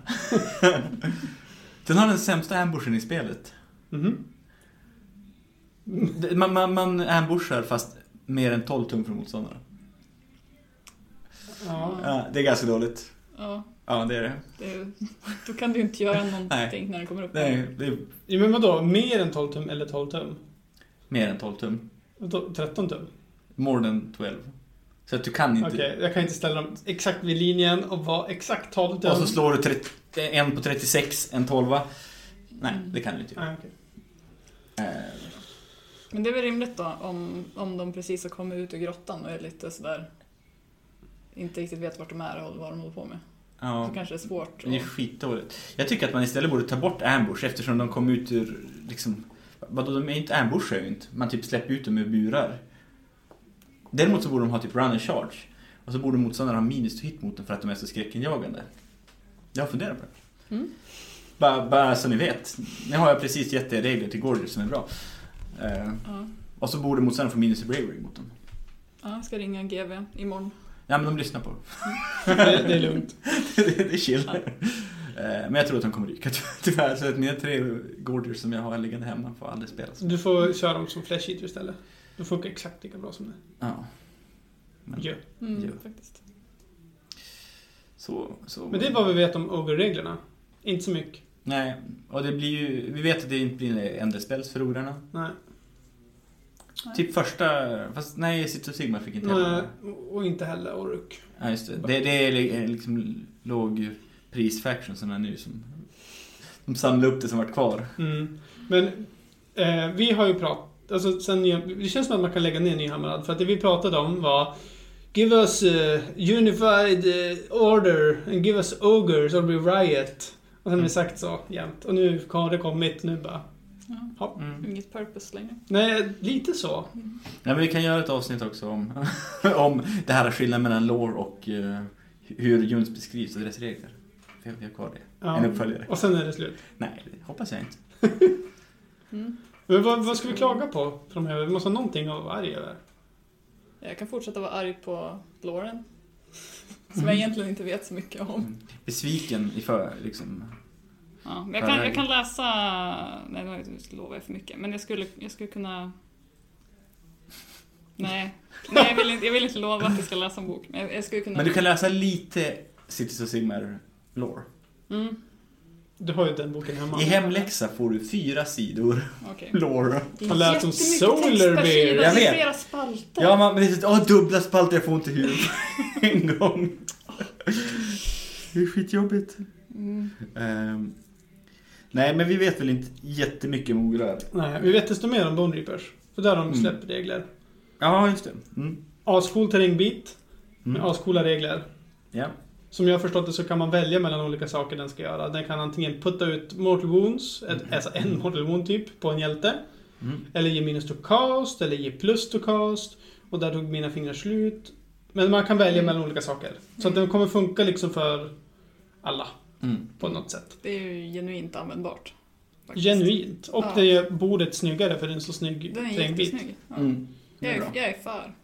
den har den sämsta ambushen i spelet.
Mhm.
Det- Man, man, man ambushar fast mer än 12 tum från motståndaren.
Ja.
Ja, det är ganska dåligt.
Ja,
Ja, det är det.
det är, då kan du inte göra någonting när den kommer upp.
Det är, det är
ja. Men vadå, mer än 12 tum eller 12 tum?
mer än 12 tum.
Vadå, 13 tum?
More than 12. Så att du kan inte...
Okej, jag kan inte ställa dem exakt vid linjen och vara exakt 12 tum.
Och så slår du tre- en på 36, en 12 Nej,
Mm.
det kan du inte göra.
Nej, okej.
Eh,
Men det är väl rimligt då om, om de precis har kommit ut ur grottan och är lite sådär inte riktigt vet vart de är och vad de håller på med.
Ja.
Så kanske det är svårt.
Det är
att-
skitdåligt. Jag tycker att man istället borde ta bort ambush eftersom de kom ut ur liksom... Vadå, de är ju inte ambush är ju inte. Man typ släpper ut dem ur burar. Däremot så borde de ha typ run and charge. Och så borde motståndarna ha minus hit mot dem för att de är så skräckinjagande. Jag har funderat på det.
Mm.
Bara, bara så ni vet. Nu har jag precis gett er regler till Gorgeous som är bra. Eh,
Ja.
och så borde motståndaren få minus i bravery mot dem.
ja, jag ska ringa GV imorgon.
Ja men de lyssnar på
Det, det är lugnt.
det, det är chill. Eh, Men jag tror att de kommer ryka ty- tyvärr. Så att mina tre Gordier som jag har liggande hemma får aldrig spelas.
Du får köra dem som flash hitter istället. De funkar exakt lika bra som det.
Ja. Men,
Ja.
Mm,
Jo.
faktiskt.
så, så,
Men det är vad vi vet om Ogre-reglerna. Inte så mycket.
Nej, och det blir ju... Vi vet att det inte blir ändespels för ordarna.
Nej.
Nej.
Typ första... Fast nej, City of Sigma fick inte heller
Nej,
det.
och inte heller Oruk.
Ja, just det. det. Det är li- liksom lågprisfactionerna nu som... De samlar upp det som vart kvar.
Mm. Men eh, vi har ju pratat... Alltså, sen, Nya- det känns som att man kan lägga ner Nyhammarad. För att det vi pratade om var Give us eh, unified eh, order and give us ogres or be riot. Och sen
Mm.
har vi sagt så jämt. Och nu har det kommit. Nu bara...
Ja.
Ja.
Mm.
Inget purpose längre.
Nej, lite så.
Nej, men vi kan göra ett avsnitt också om, om det här skillnaden mellan lore och eh, hur Juns beskrivs och deras regler. Vi har, vi har kvar det.
Ja.
En uppföljare.
Och sen är det slut.
Nej, det hoppas jag inte.
Mm.
Men vad, vad ska vi klaga på framöver? Vi måste ha någonting att vara arg över.
Jag kan fortsätta vara arg på Lauren. Som
Mm.
jag egentligen inte vet så mycket om.
Besviken i för, liksom.
Ja, men jag, kan, jag kan läsa... Nej, nu lovar jag för mycket. Men jag skulle, jag skulle kunna... Nej, nej jag, vill inte, jag vill inte lova att jag ska läsa en bok. Men jag, jag skulle kunna...
Men du kan läsa lite Cities of Sigmar lore.
Mm,
Du har ju den boken hemma.
I hemläxa får du fyra sidor
okej.
lore.
Det är
Han lät som
jättemycket text
Solar
per
Bear.
Jag
sida, Det är
vet.
flera spalter.
Ja, man, men det är så, åh, dubbla spalter, jag får inte huvud en gång. Det är skitjobbigt.
Mm.
Ehm, nej, men vi vet väl inte jättemycket om ograr.
Nej, vi vet desto mer om Bone Reapers. För där har de
Mm.
släppt regler.
Ja, just det. Mm.
Ascool terrängbit med
Mm.
ascoola regler.
Ja.
Som jag har förstått det så kan man välja mellan olika saker den ska göra. Den kan antingen putta ut Mortal Wounds, ett, alltså en Mortal Wound typ, på en hjälte.
Mm.
Eller ge minus to cast, eller ge plus to cast. Och där tog mina fingrar slut. Men man kan välja
Mm.
mellan olika saker. Så att den kommer funka liksom för alla
Mm.
på något sätt.
Det är ju genuint användbart. faktiskt.
Genuint. Och
Ja.
det gör bordet snyggare för det är en så snygg
Den är
terrängbit.
jättesnygg. Ja.
Mm. Det
Jag,
är bra.
är, jag är för.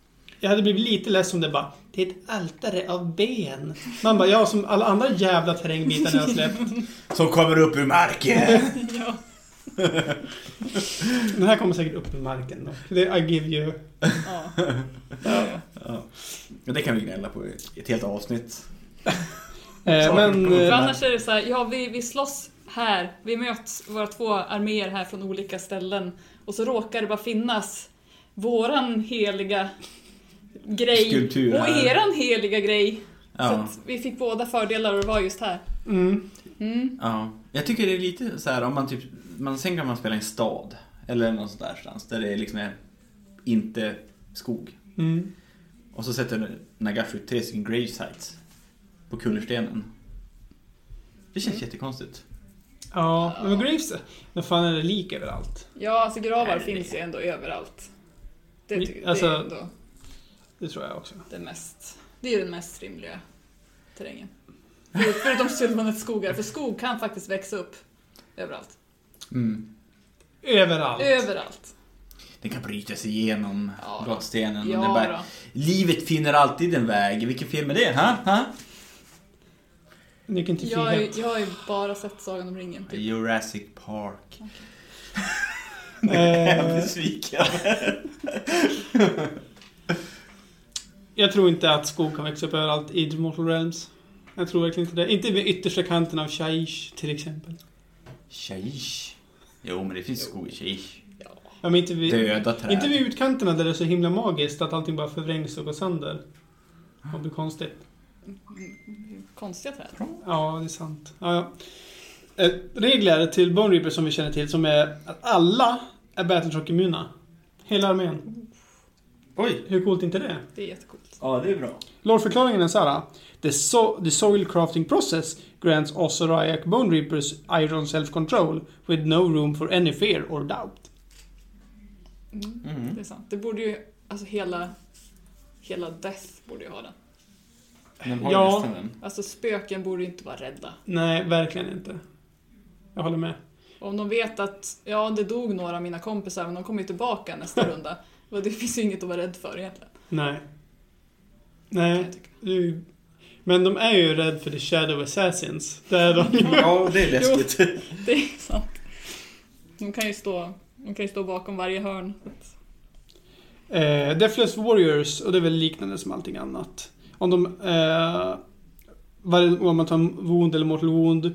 Jag hade blivit lite less om det bara Det är ett altare av ben. Man bara, ja som alla andra jävla terrängbitar jag har släppt.
Som kommer upp ur marken!
ja.
Den här kommer säkert upp i marken då. Det är I give you.
Ja. Ja.
ja. Ja, Det kan vi gnälla på i ett helt avsnitt.
Eh, men...
För
Eh,
annars är det så här, ja vi, vi slåss här, vi möts, våra två arméer här från olika ställen och så råkar det bara finnas våran heliga grej
Skulptur
och
här.
eran heliga grej. Så
Ja,
att vi fick båda fördelar och det var just här.
mm,
Mm.
ja. Jag tycker det är lite så här om man typ, man, sen kan man spela i en stad. Eller någon sån där stans där det liksom är inte skog.
mm.
Och så sätter Nagashi ut tre stycken gravesites på kullerstenen. Det känns jättekonstigt.
Ja, men Graves... Men fan är det lik överallt?
Ja, alltså gravar
Nej.
finns ju ändå överallt. Det,
Ni-
ty-
alltså-
det är ändå
Det tror jag också.
det mest, det är ju den mest rimliga terrängen. För- Förutom Sylvanets skogar, för skog kan faktiskt växa upp överallt.
Mm.
Överallt.
Överallt.
Den kan bryta sig igenom
Ja.
gatstenen. och den
Ja,
bara,
då.
Livet finner alltid en väg. Vilken film är det? Ha? Ha?
Nyckeln till
Jag har, ju,
frihet.
jag har ju bara sett Sagan om ringen. Typ.
Jurassic Park.
Eh,
besviken.
jag tror inte att skog kan växa upp överallt i The Mortal Realms. Jag tror verkligen inte det. Inte vid yttersta kanten av Shaiish till exempel.
Tjejsch. Jo, men det finns skog i tjejsch.
Ja.
Ja, men inte vid...
Döda träd.
Inte vid utkanterna där det är så himla magiskt att allting bara förvrängs och går sönder. Och blir konstigt.
Mm, Konstiga träd.
Ja, det är sant. Ja, ja. Eh, regler till Bone Reaper som vi känner till som är att alla är Battletrock-immuna. Hela armén.
Oj!
Hur coolt är inte det?
Det är jättecoolt.
Ja, det är bra.
Lore-förklaringen är så här. The, so the soil crafting process grants Osoriac Bone Reapers iron self-control with no room for any fear or doubt.
Mm.
Mm.
Det är sant. Det borde ju, alltså hela, hela Death borde ju ha den.
Den har
Ja.
ja. nästan den.
Alltså spöken borde ju inte vara rädda.
Nej, verkligen inte. Jag håller med.
Om de vet att, ja det dog några av mina kompisar men de kommer ju tillbaka nästa runda. Och det finns ju inget att vara rädd för egentligen.
Nej.
kan
Nej.
jag tycka.
det är ju- Men de är ju rädda för The Shadow Assassins. Det är de
Ja, det är läskigt.
Det är sant. De kan ju stå, de kan ju stå bakom varje hörn.
Eh, Deathless Warriors, och det är väl liknande som allting annat. Om de... Eh, varje gång man tar en wound eller mortal wound.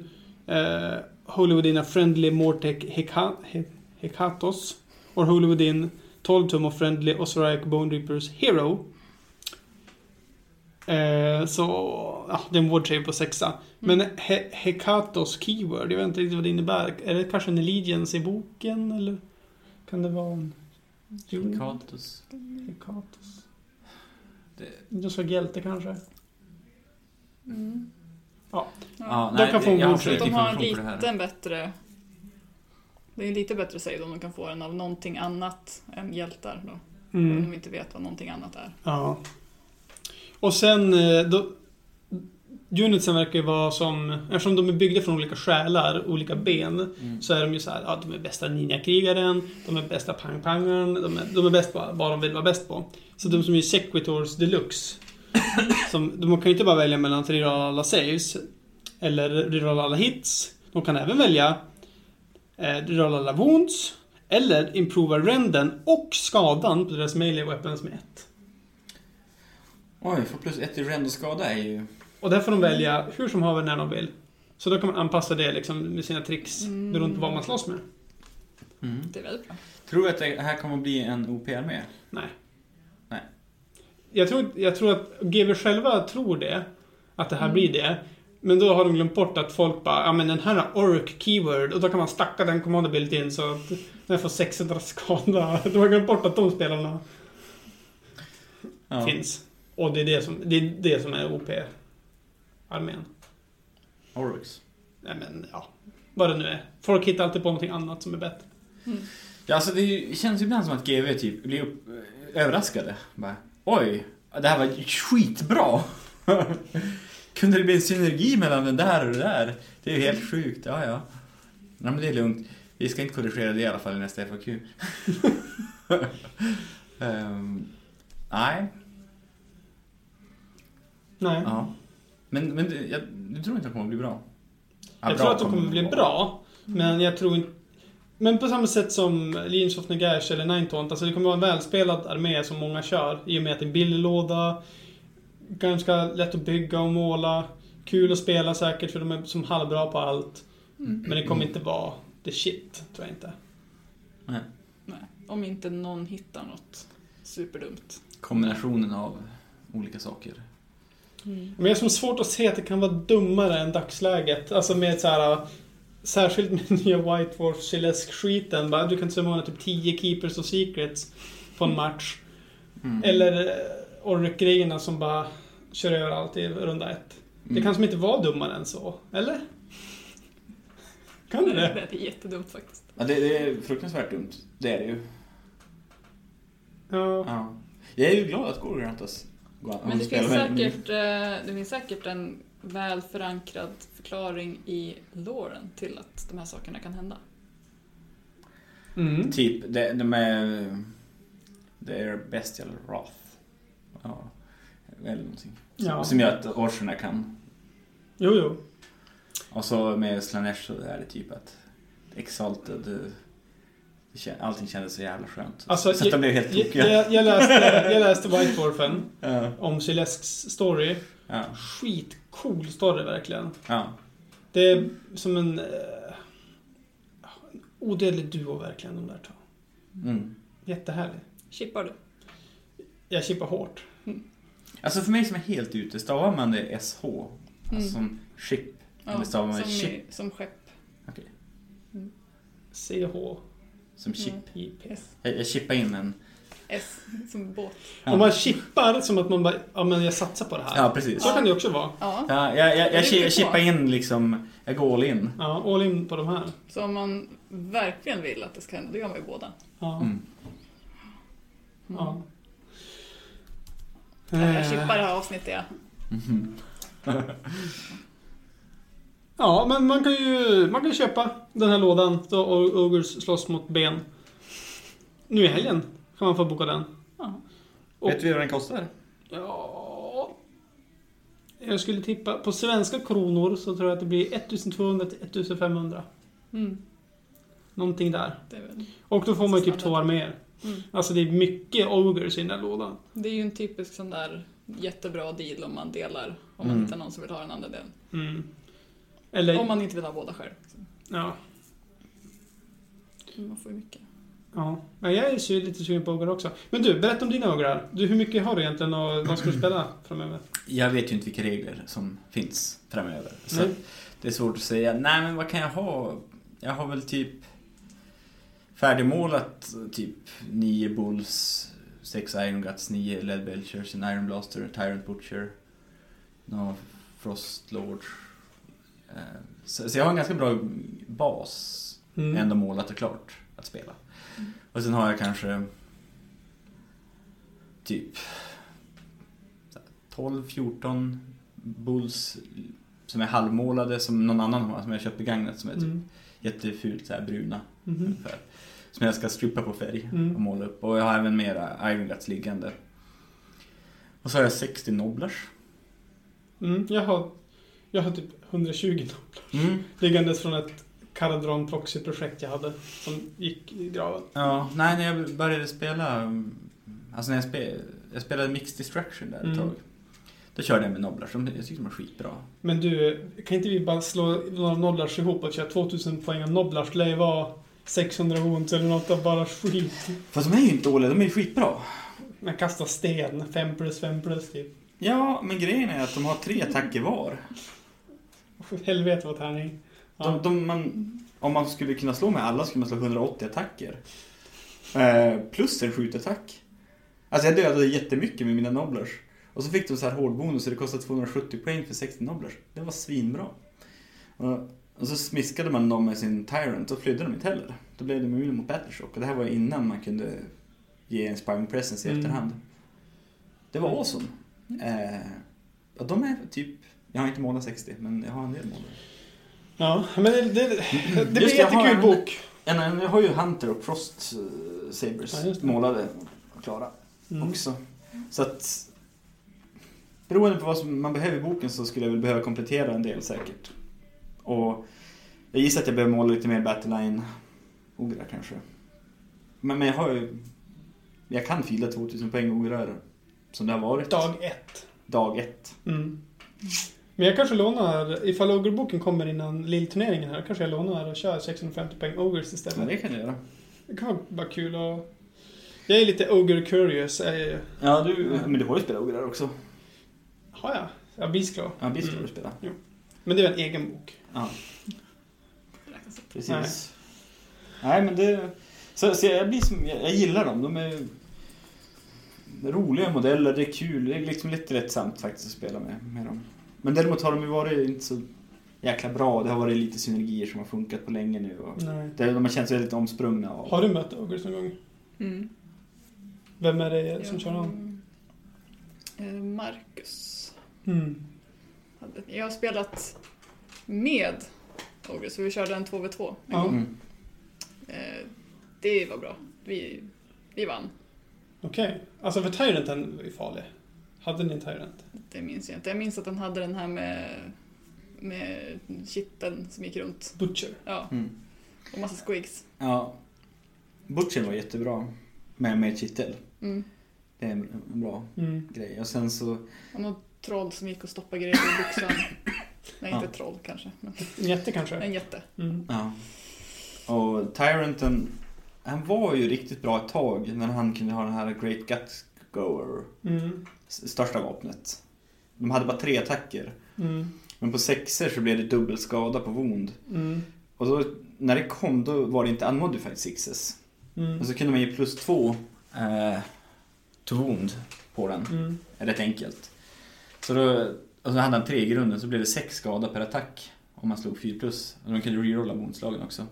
Eh, holy within a friendly Mortec Heka- He- Hekatos. Or holy within 12 tum of friendly Osoriac Bone Reapers Hero. Eh, så... Ja, det är en ward save på sexa. Men he Hekatos keyword, jag vet inte riktigt vad det innebär. Är det kanske en allegiance i boken eller? Kan det vara en...
Katus.
Hekatos.
Det-
Du sa hjälte kanske?
Mm.
Ja,
De
nej,
kan få en
jag har
god
försökt
De har en
information på det här.
liten bättre... Det är en lite bättre save om de kan få den av någonting annat än hjältar då.
Mm.
Om de inte vet vad någonting annat är.
Ja. Och sen eh, då, Unitsen verkar ju vara som, eftersom de är byggda från olika själar, olika ben,
Mm.
så är de ju så här, ja de är bästa ninjakrigaren, de är bästa pang-pangaren, de är, de är bäst på vad de vill vara bäst på. Så de som är ju Secretors deluxe, som, de kan ju inte bara välja mellan att rerolla alla saves, eller rerolla alla hits. De kan även välja eh, rerolla alla wounds, eller improva renden och skadan på deras melee weapons med ett.
Oj, för plus ett i rend och skada är ju...
Och där får de välja hur som haver när de vill. Så då kan man anpassa det liksom med sina tricks beroende på vad man slåss med.
Mm.
Det är väldigt bra.
Tror du att det här kommer att bli en OP-armé?
Nej.
Nej.
Jag tror, jag tror att GW själva tror det. Att det här blir det. Men då har de glömt bort att folk bara, ja men den här har ork keyword och då kan man stacka den command abilityn så att den får 600 skada. De har glömt bort att de spelarna
Ja.
finns. Och det är det som, det är, det som är OP-armén.
Oryx.
Nej men ja, vad det nu är. Folk hittar alltid på någonting annat som är bättre.
Ja, alltså det är ju- det känns ju ibland som att GV typ blir upp, överraskade. Bara, Oj, det här var skitbra! Kunde det bli en synergi mellan den där och det där? Det är ju helt sjukt, ja ja. Nej men det är lugnt. Vi ska inte korrigera det i alla fall i nästa FAQ. Ehm, nej,
Nej.
ja. Men, men du, jag, du tror inte att det kommer bli bra? Ja, bra
jag tror att de kommer bli
vara.
bra, men jag tror inte... Men på samma sätt som Legions of Nagash eller Ninetaunt, alltså det kommer vara en välspelad armé som många kör. I och med att det är en billig låda, ganska lätt att bygga och måla, kul att spela säkert för de är som halvbra på allt. Men det kommer inte vara the shit, tror jag inte.
Nej.
Nej. Om inte någon hittar något superdumt.
Kombinationen av olika saker.
Mm.
Men jag är som svårt att se att det kan vara dummare än dagsläget. Alltså med så här... Särskilt med nya White Dwarf Chilesk-skiten. Bara, Du kan inte så många typ 10 keepers och secrets på en match.
Mm.
Eller eh, Ork-grejerna som bara kör över allt i runda ett. Det
Mm.
kan som inte vara dummare än så, eller? Kan det det?
Det är jättedumt faktiskt.
Ja, det, det är fruktansvärt dumt. Det är det ju.
Ja.
Ja. Jag är ju glad att Gorgrantas
Men det finns, säkert, eh, det finns säkert en väl förankrad förklaring i loren till att de här sakerna kan hända.
Mm.
Typ, de, de är... Det är Bestial Wrath. Ja. Eller någonting.
Ja.
Som gör att orcherna kan.
Jo, jo.
Och så med Slanesh så är det typ att Exalted... eh, det kän- Allting kändes så jävla skönt.
Alltså,
så att de blev helt
Jag,
tokiga.
jag, jag, läste, jag läste White Dwarfen
Ja,
om Chilesks story.
ja,
Skitcool story verkligen.
ja.
Det är som en... Eh, en odödlig duo verkligen, de där två.
Mm.
Jättehärlig.
Chippar du?
Jag chippar hårt.
Alltså för mig som är helt ute, stavar man det SH?
Mm.
Alltså som ship? Eller stavar man det
som,
chip?
i, som skepp.
Okej.
CH.
Som chip?
JP.
Mm.
Jag, jag chippade in en,
S som båt.
Ja.
Om man chippar som att man bara, ja men jag satsar på det här.
Ja, precis.
Så kan det ju också vara.
Ja,
Ja, jag, jag,
Det är
jag, jag
mycket
chippar
kvar.
in liksom, jag går all in.
Ja, all in på de här.
så om man verkligen vill att det ska hända, då gör man ju båda.
Ja.
Mm.
ja.
Ja, Jag
Eh,
chippar det här avsnittet, ja.
Mhm.
Ja, men man kan ju man kan köpa den här lådan. Då O- Ogres slåss mot ben. Nu i helgen kan man få boka den.
Ja.
Och,
Vet vi vad den kostar?
ja, jag skulle tippa på svenska kronor så tror jag att det blir 1200 till 1500.
Mm,
Någonting där.
det, är väl.
Och då får man ju typ två
Standard.
arméer.
Mm.
Alltså det är mycket Ogres i den där lådan.
det är ju en typisk sån där jättebra deal om man delar. Om man
Mm.
hittar någon som vill ha den andra delen.
Mm. Eller,
Om man inte vill ha båda själv.
ja.
Så Man får ju mycket.
Ja, men jag är ju lite sugen på ograr också. Men du, berätta om dina ograr. Du, hur mycket har du egentligen och vad ska du spela framöver?
Jag vet ju inte vilka regler som finns framöver. Så
Nej.
det är svårt att säga. Nej, men vad kan jag ha? Jag har väl typ färdigmålat typ nio Bulls, sex Iron Guts, nio Lead Belchers, en Iron Blaster, Tyrant Butcher, några Frost Lords. Eh, Så, så jag har en ganska bra bas
Mm.
ändå målat och klart att spela. Och sen har jag kanske typ 12-14 bulls som är halvmålade som någon annan har som jag köpt begagnat som är typ
Mm.
jättefult så här bruna
Mhm.
ungefär. Som jag ska strippa på färg
Mm.
och måla upp. Och jag har även mera Iron Guts liggande. Och så har jag 60 nobblers.
Mm. Jag, har, jag har typ 120
Mm.
liggandes från ett Caradron Proxy-projekt jag hade som gick i graven.
Ja, nej, när jag började spela... mm, Alltså när jag, spe, jag spelade Mixed Distraction där ett
Mm.
tag. Då körde jag med nobblar som jag tyckte de var skitbra.
Men du, kan inte vi bara slå några nobblars ihop och köra 2000 poäng av nobblars? Det lär ju vara 600 ont eller något av bara skit.
Fast de är ju inte dåliga, de är ju skitbra.
Man kastar sten, 5 plus 5 plus typ.
Ja, men grejen är att de har tre attacker var.
Helvete vad tärning. Ja.
De, de, man, om man skulle kunna slå med alla skulle man slå 180 attacker. Eh, plus en skjutattack. Alltså jag dödade jättemycket med mina nobblers. Och så fick de så här hårdbonus så det kostade 270 poäng för 60 nobblers. Det var svinbra. Och, och så smiskade man dem med sin Tyrant, då flydde de inte heller. Då blev de immuna mot Battleshock och det här var innan man kunde ge en Sparring Presence i
Mm.
efterhand. Det var awesome. Eh, och de är typ, jag har inte målat 60 men jag har en del målare.
Ja, men det, det, det blir
Just det, jag har
jättekul
en-
bok.
Ja, nej, men jag har ju Hunter och Frost eh, Sabers
Ja, just det.
målade och klara
Mm.
också. Så att beroende på vad som man behöver i boken så skulle jag väl behöva komplettera en del säkert. Och jag gissar att jag behöver måla lite mer Battleline Ogra kanske. Men, men jag har ju... Jag kan fila 2000 poäng Ogra som det har varit.
Dag ett.
Dag ett.
Mm. Men jag kanske lånar, ifall Ogre-boken kommer innan lillturneringen här, kanske jag lånar och kör 650 poäng Ogres
Ja,
istället.
det kan jag göra.
Det kan vara bara kul och... Jag är lite Ogre-curious, är jag ju.
Ja, du, men du har ju spelat Ogra också.
Har jag? Ja, Biskra.
Ja, visst har
Mm.
du spelat.
Men det är en egen bok.
Ja.
Det räknas inte.
Precis. Nej, men det... Så, så jag, blir som, jag, jag gillar dem. De är roliga modeller, det är kul. Det är liksom lite lättsamt faktiskt att spela med, med dem. Men däremot har de ju varit inte så jäkla bra. Det har varit lite synergier som har funkat på länge nu. Och
Nej.
det, de har känts väldigt omsprungna av.
Har du mött Ogres någon gång?
Mm.
Vem är det som kör dem?
Eh, Marcus.
Mm.
hade- Jag har spelat med Ogre, så vi körde en 2v2 en
Ja.
gång.
Mm.
Eh, Det var bra. Vi, vi vann.
Okej. Alltså, för Tyranten är farlig. Hade ni en Tyrant?
Det minns jag inte. Jag minns att den hade den här med, med kitteln som gick runt.
Butcher.
Ja,
Mm.
och massa squigs.
Ja. Butchen var jättebra med, med kittel.
Mm.
Det är en, en bra
Mm.
grej. Och sen så...
Och något troll som gick och stoppade grejer i byxan. Nej, inte
Ja.
ett troll kanske. Men
Jätte kanske?
en jätte.
Mm.
Ja. Och Tyranten, han var ju riktigt bra ett tag när han kunde ha den här Great Guts Goer,
Mm.
s- största vapnet. De hade bara tre attacker,
Mm.
men på sexer så blev det dubbel skada på Wound.
Mm.
Och då, när det kom då var det inte unmodified sixes.
Mm.
Och så kunde man ge plus två eh, to wound på den.
Mm.
Rätt enkelt. Så då, och så hade han tre i grunden så blev det sex skada per attack. Om man slog 4 plus. Och de kunde rerolla bondslagen också.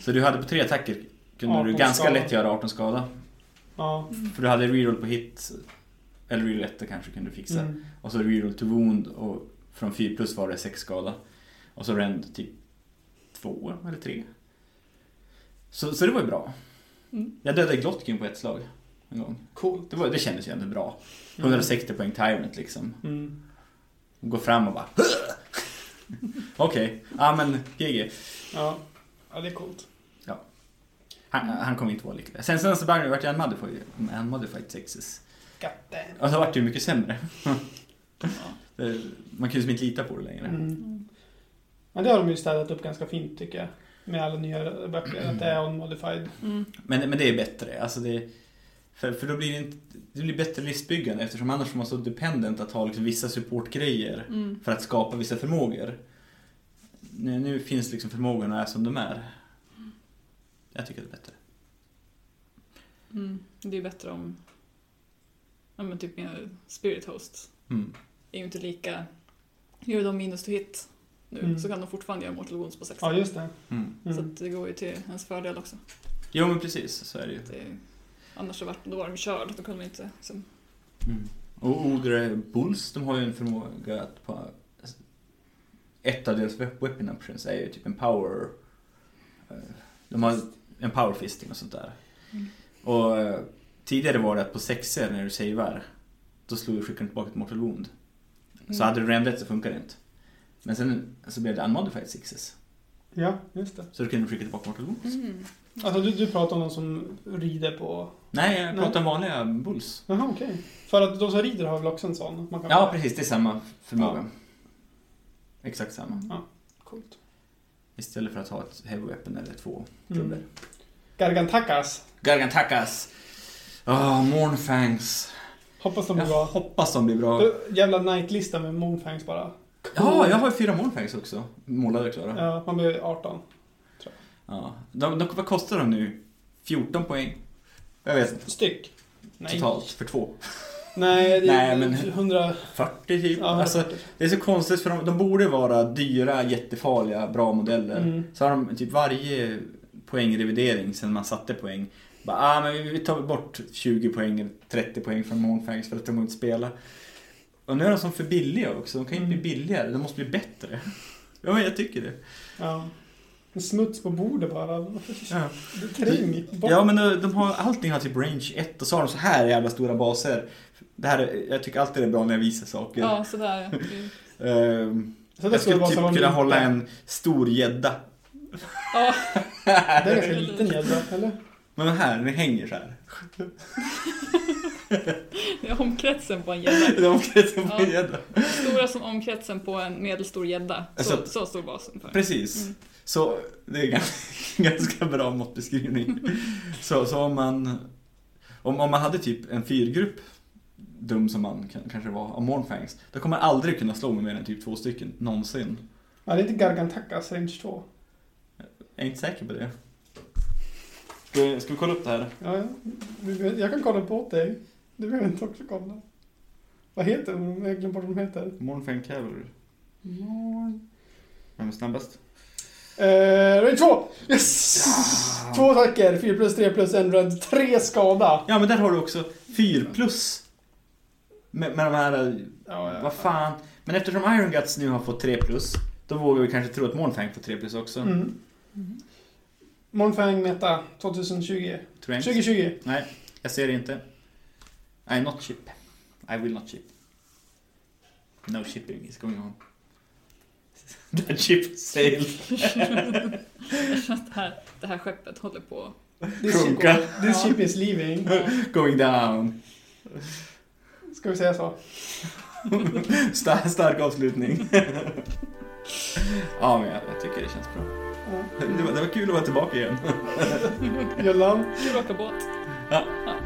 Så du hade på tre attacker kunde du
18
ganska
skada.
lätt göra 18 skada.
Ja.
För du hade reroll på hit. Eller reroll 1 kanske kunde du fixa.
Mm.
Och så reroll to wound och från 4 plus var det 6 skada. Och så rend typ 2 eller 3. Så, så det var ju bra.
Mm.
Jag dödade Glotkin på ett slag en gång.
Coolt.
Det, var, det kändes ju ändå bra. 160 poäng Tyrant liksom.
Mm.
Och går fram och bara Okej, ja men GG.
Ja. ja, det är coolt.
Han, han kommer inte vara lika. Sen sen så började det vart jag unmodified, unmodified sexes.
Gatten.
Och så vart Alltså, det ju mycket sämre.
Ja.
Det- Man kan ju som inte lita på det längre.
Mm. Men det har de ju städat upp ganska fint tycker jag. Med alla nya böcker. Att det är unmodified.
Mm.
Men, men det är bättre. Alltså det, för, för då blir det, inte, det blir bättre listbyggande eftersom annars får man så dependent att ha liksom vissa supportgrejer
Mm.
för att skapa vissa förmågor. Nu, nu finns liksom förmågorna är som de är. Jag tycker det är bättre.
Mm. Det är bättre om... Ja men typ med Spirit Host.
Mm.
är ju inte lika... Gör de minus to hit nu
Mm.
så kan de fortfarande göra Mortal Wounds på 16.
Ja, just det.
Mm.
Mm.
Så att det går ju till ens fördel också.
Jo men precis, så är det ju.
Det är, annars så var, då var de körd, då kunde man inte... Liksom,
Mm. Och Ogre Bulls, de har ju en förmåga att på... Ett av deras wep- weapon options är ju typ en power... eh, De har en power fisting och sånt där.
Mm.
Och eh, tidigare var det att på sexer när du savear, då slog du skickaren tillbaka ett mortal wound.
Mm.
Så hade du rendet så funkar det inte. Men sen så blev det unmodified sixes.
Ja, just det.
Så då kunde du skicka tillbaka mortal wounds.
Mm.
Alltså du, du pratar om någon som rider på...
Nej, jag
Nej.
pratar om vanliga bulls.
Jaha, okej. För att de som rider har väl också en sån? Man kan
Ja precis, det är samma förmåga. Exakt samma.
Coolt.
Istället för att ha ett heavy weapon eller två klubbor.
Mm. Gargantakas.
Gargantakas! Ah, Mornfangs.
Hoppas de
Jag
blir bra.
hoppas de blir bra.
Du, Jävla nightlista med Moonfangs bara.
Ja, jag har ju fyra Mornfangs också. Målade och klara. Ja.
Ja, man blir 18.
De, de, vad kostar de nu? 14 poäng? Jag vet inte.
Styck. Nej.
Totalt för två.
Nej, det
Nej,
är
men-
100...
40 typ.
Ja,
alltså,
140.
det är så konstigt för de, de borde vara dyra, jättefarliga, bra modeller.
Mm.
Så har de typ varje poängrevidering sen man satte poäng. Bara, ah, men vi- vi tar bort 20 poäng eller 30 poäng från Mornfangs för att de inte spelar. Och nu är de som för billiga också. De kan ju inte
Mm.
bli billigare. De måste bli bättre. Ja, men jag tycker det.
Ja. En Smuts på bordet bara.
Ja,
Träng. Bort.
ja men de, de har, allting har typ range 1 och så har de så här jävla stora baser. Det här, är- jag tycker alltid det är bra när jag visar saker.
Ja, sådär. Mm.
Ehm,
Så
jag skulle
vara
typ
som om
kunna
det-
hålla en stor gädda.
Ja,
Det är en ganska liten gädda, eller?
Men den här, den hänger så här.
det är omkretsen på en gädda.
Den omkretsen på en
Ja. Mm.
gädda.
Stora som omkretsen på en medelstor gädda. Så,
Alltså-
så stor var ungefär.
Precis.
Mm.
Så det är ganska, ganska bra måttbeskrivning. Så, så om man om, om man hade typ en fyrgrupp, dum som man kan, kanske var, av Mornfangs, då kommer man aldrig kunna slå med mer än typ två stycken, någonsin.
Ja, det är inte Gargantakas Range 2.
Jag är inte säker på det. Ska, ska vi kolla upp det här?
Ja, ja. Du vet- jag kan kolla på åt dig. Du behöver inte också kolla. Vad heter de? Jag glömde bort vad de heter.
Mornfang Cavalry.
Morn.
Vem är snabbast?
Eh, range 2! Yes! Två attacker, 4 plus 3 plus en red, 3 skada.
Ja men där har du också 4 plus. Med, med de här,
Ja, ja.
vad fan. Men eftersom Iron Guts nu har fått 3 plus, då vågar vi kanske tro att Mornfang får 3 plus också.
Mm. Mornfang Meta 2020.
Tror jag inte.
2020.
Nej, jag ser det inte. I'm not chip. I will not chip. No shipping is going on. That ship sailed.
Jag känner att det här, det här skeppet håller på.
This ship,
Sjunka.
this ship is leaving.
Ja.
Going down.
Ska vi säga så?
Star- stark avslutning. ja, men jag, jag tycker det känns bra.
Ja.
Det var, det var kul att vara tillbaka igen.
Gyllan?
Kul att åka båt.
Ja.
Ja.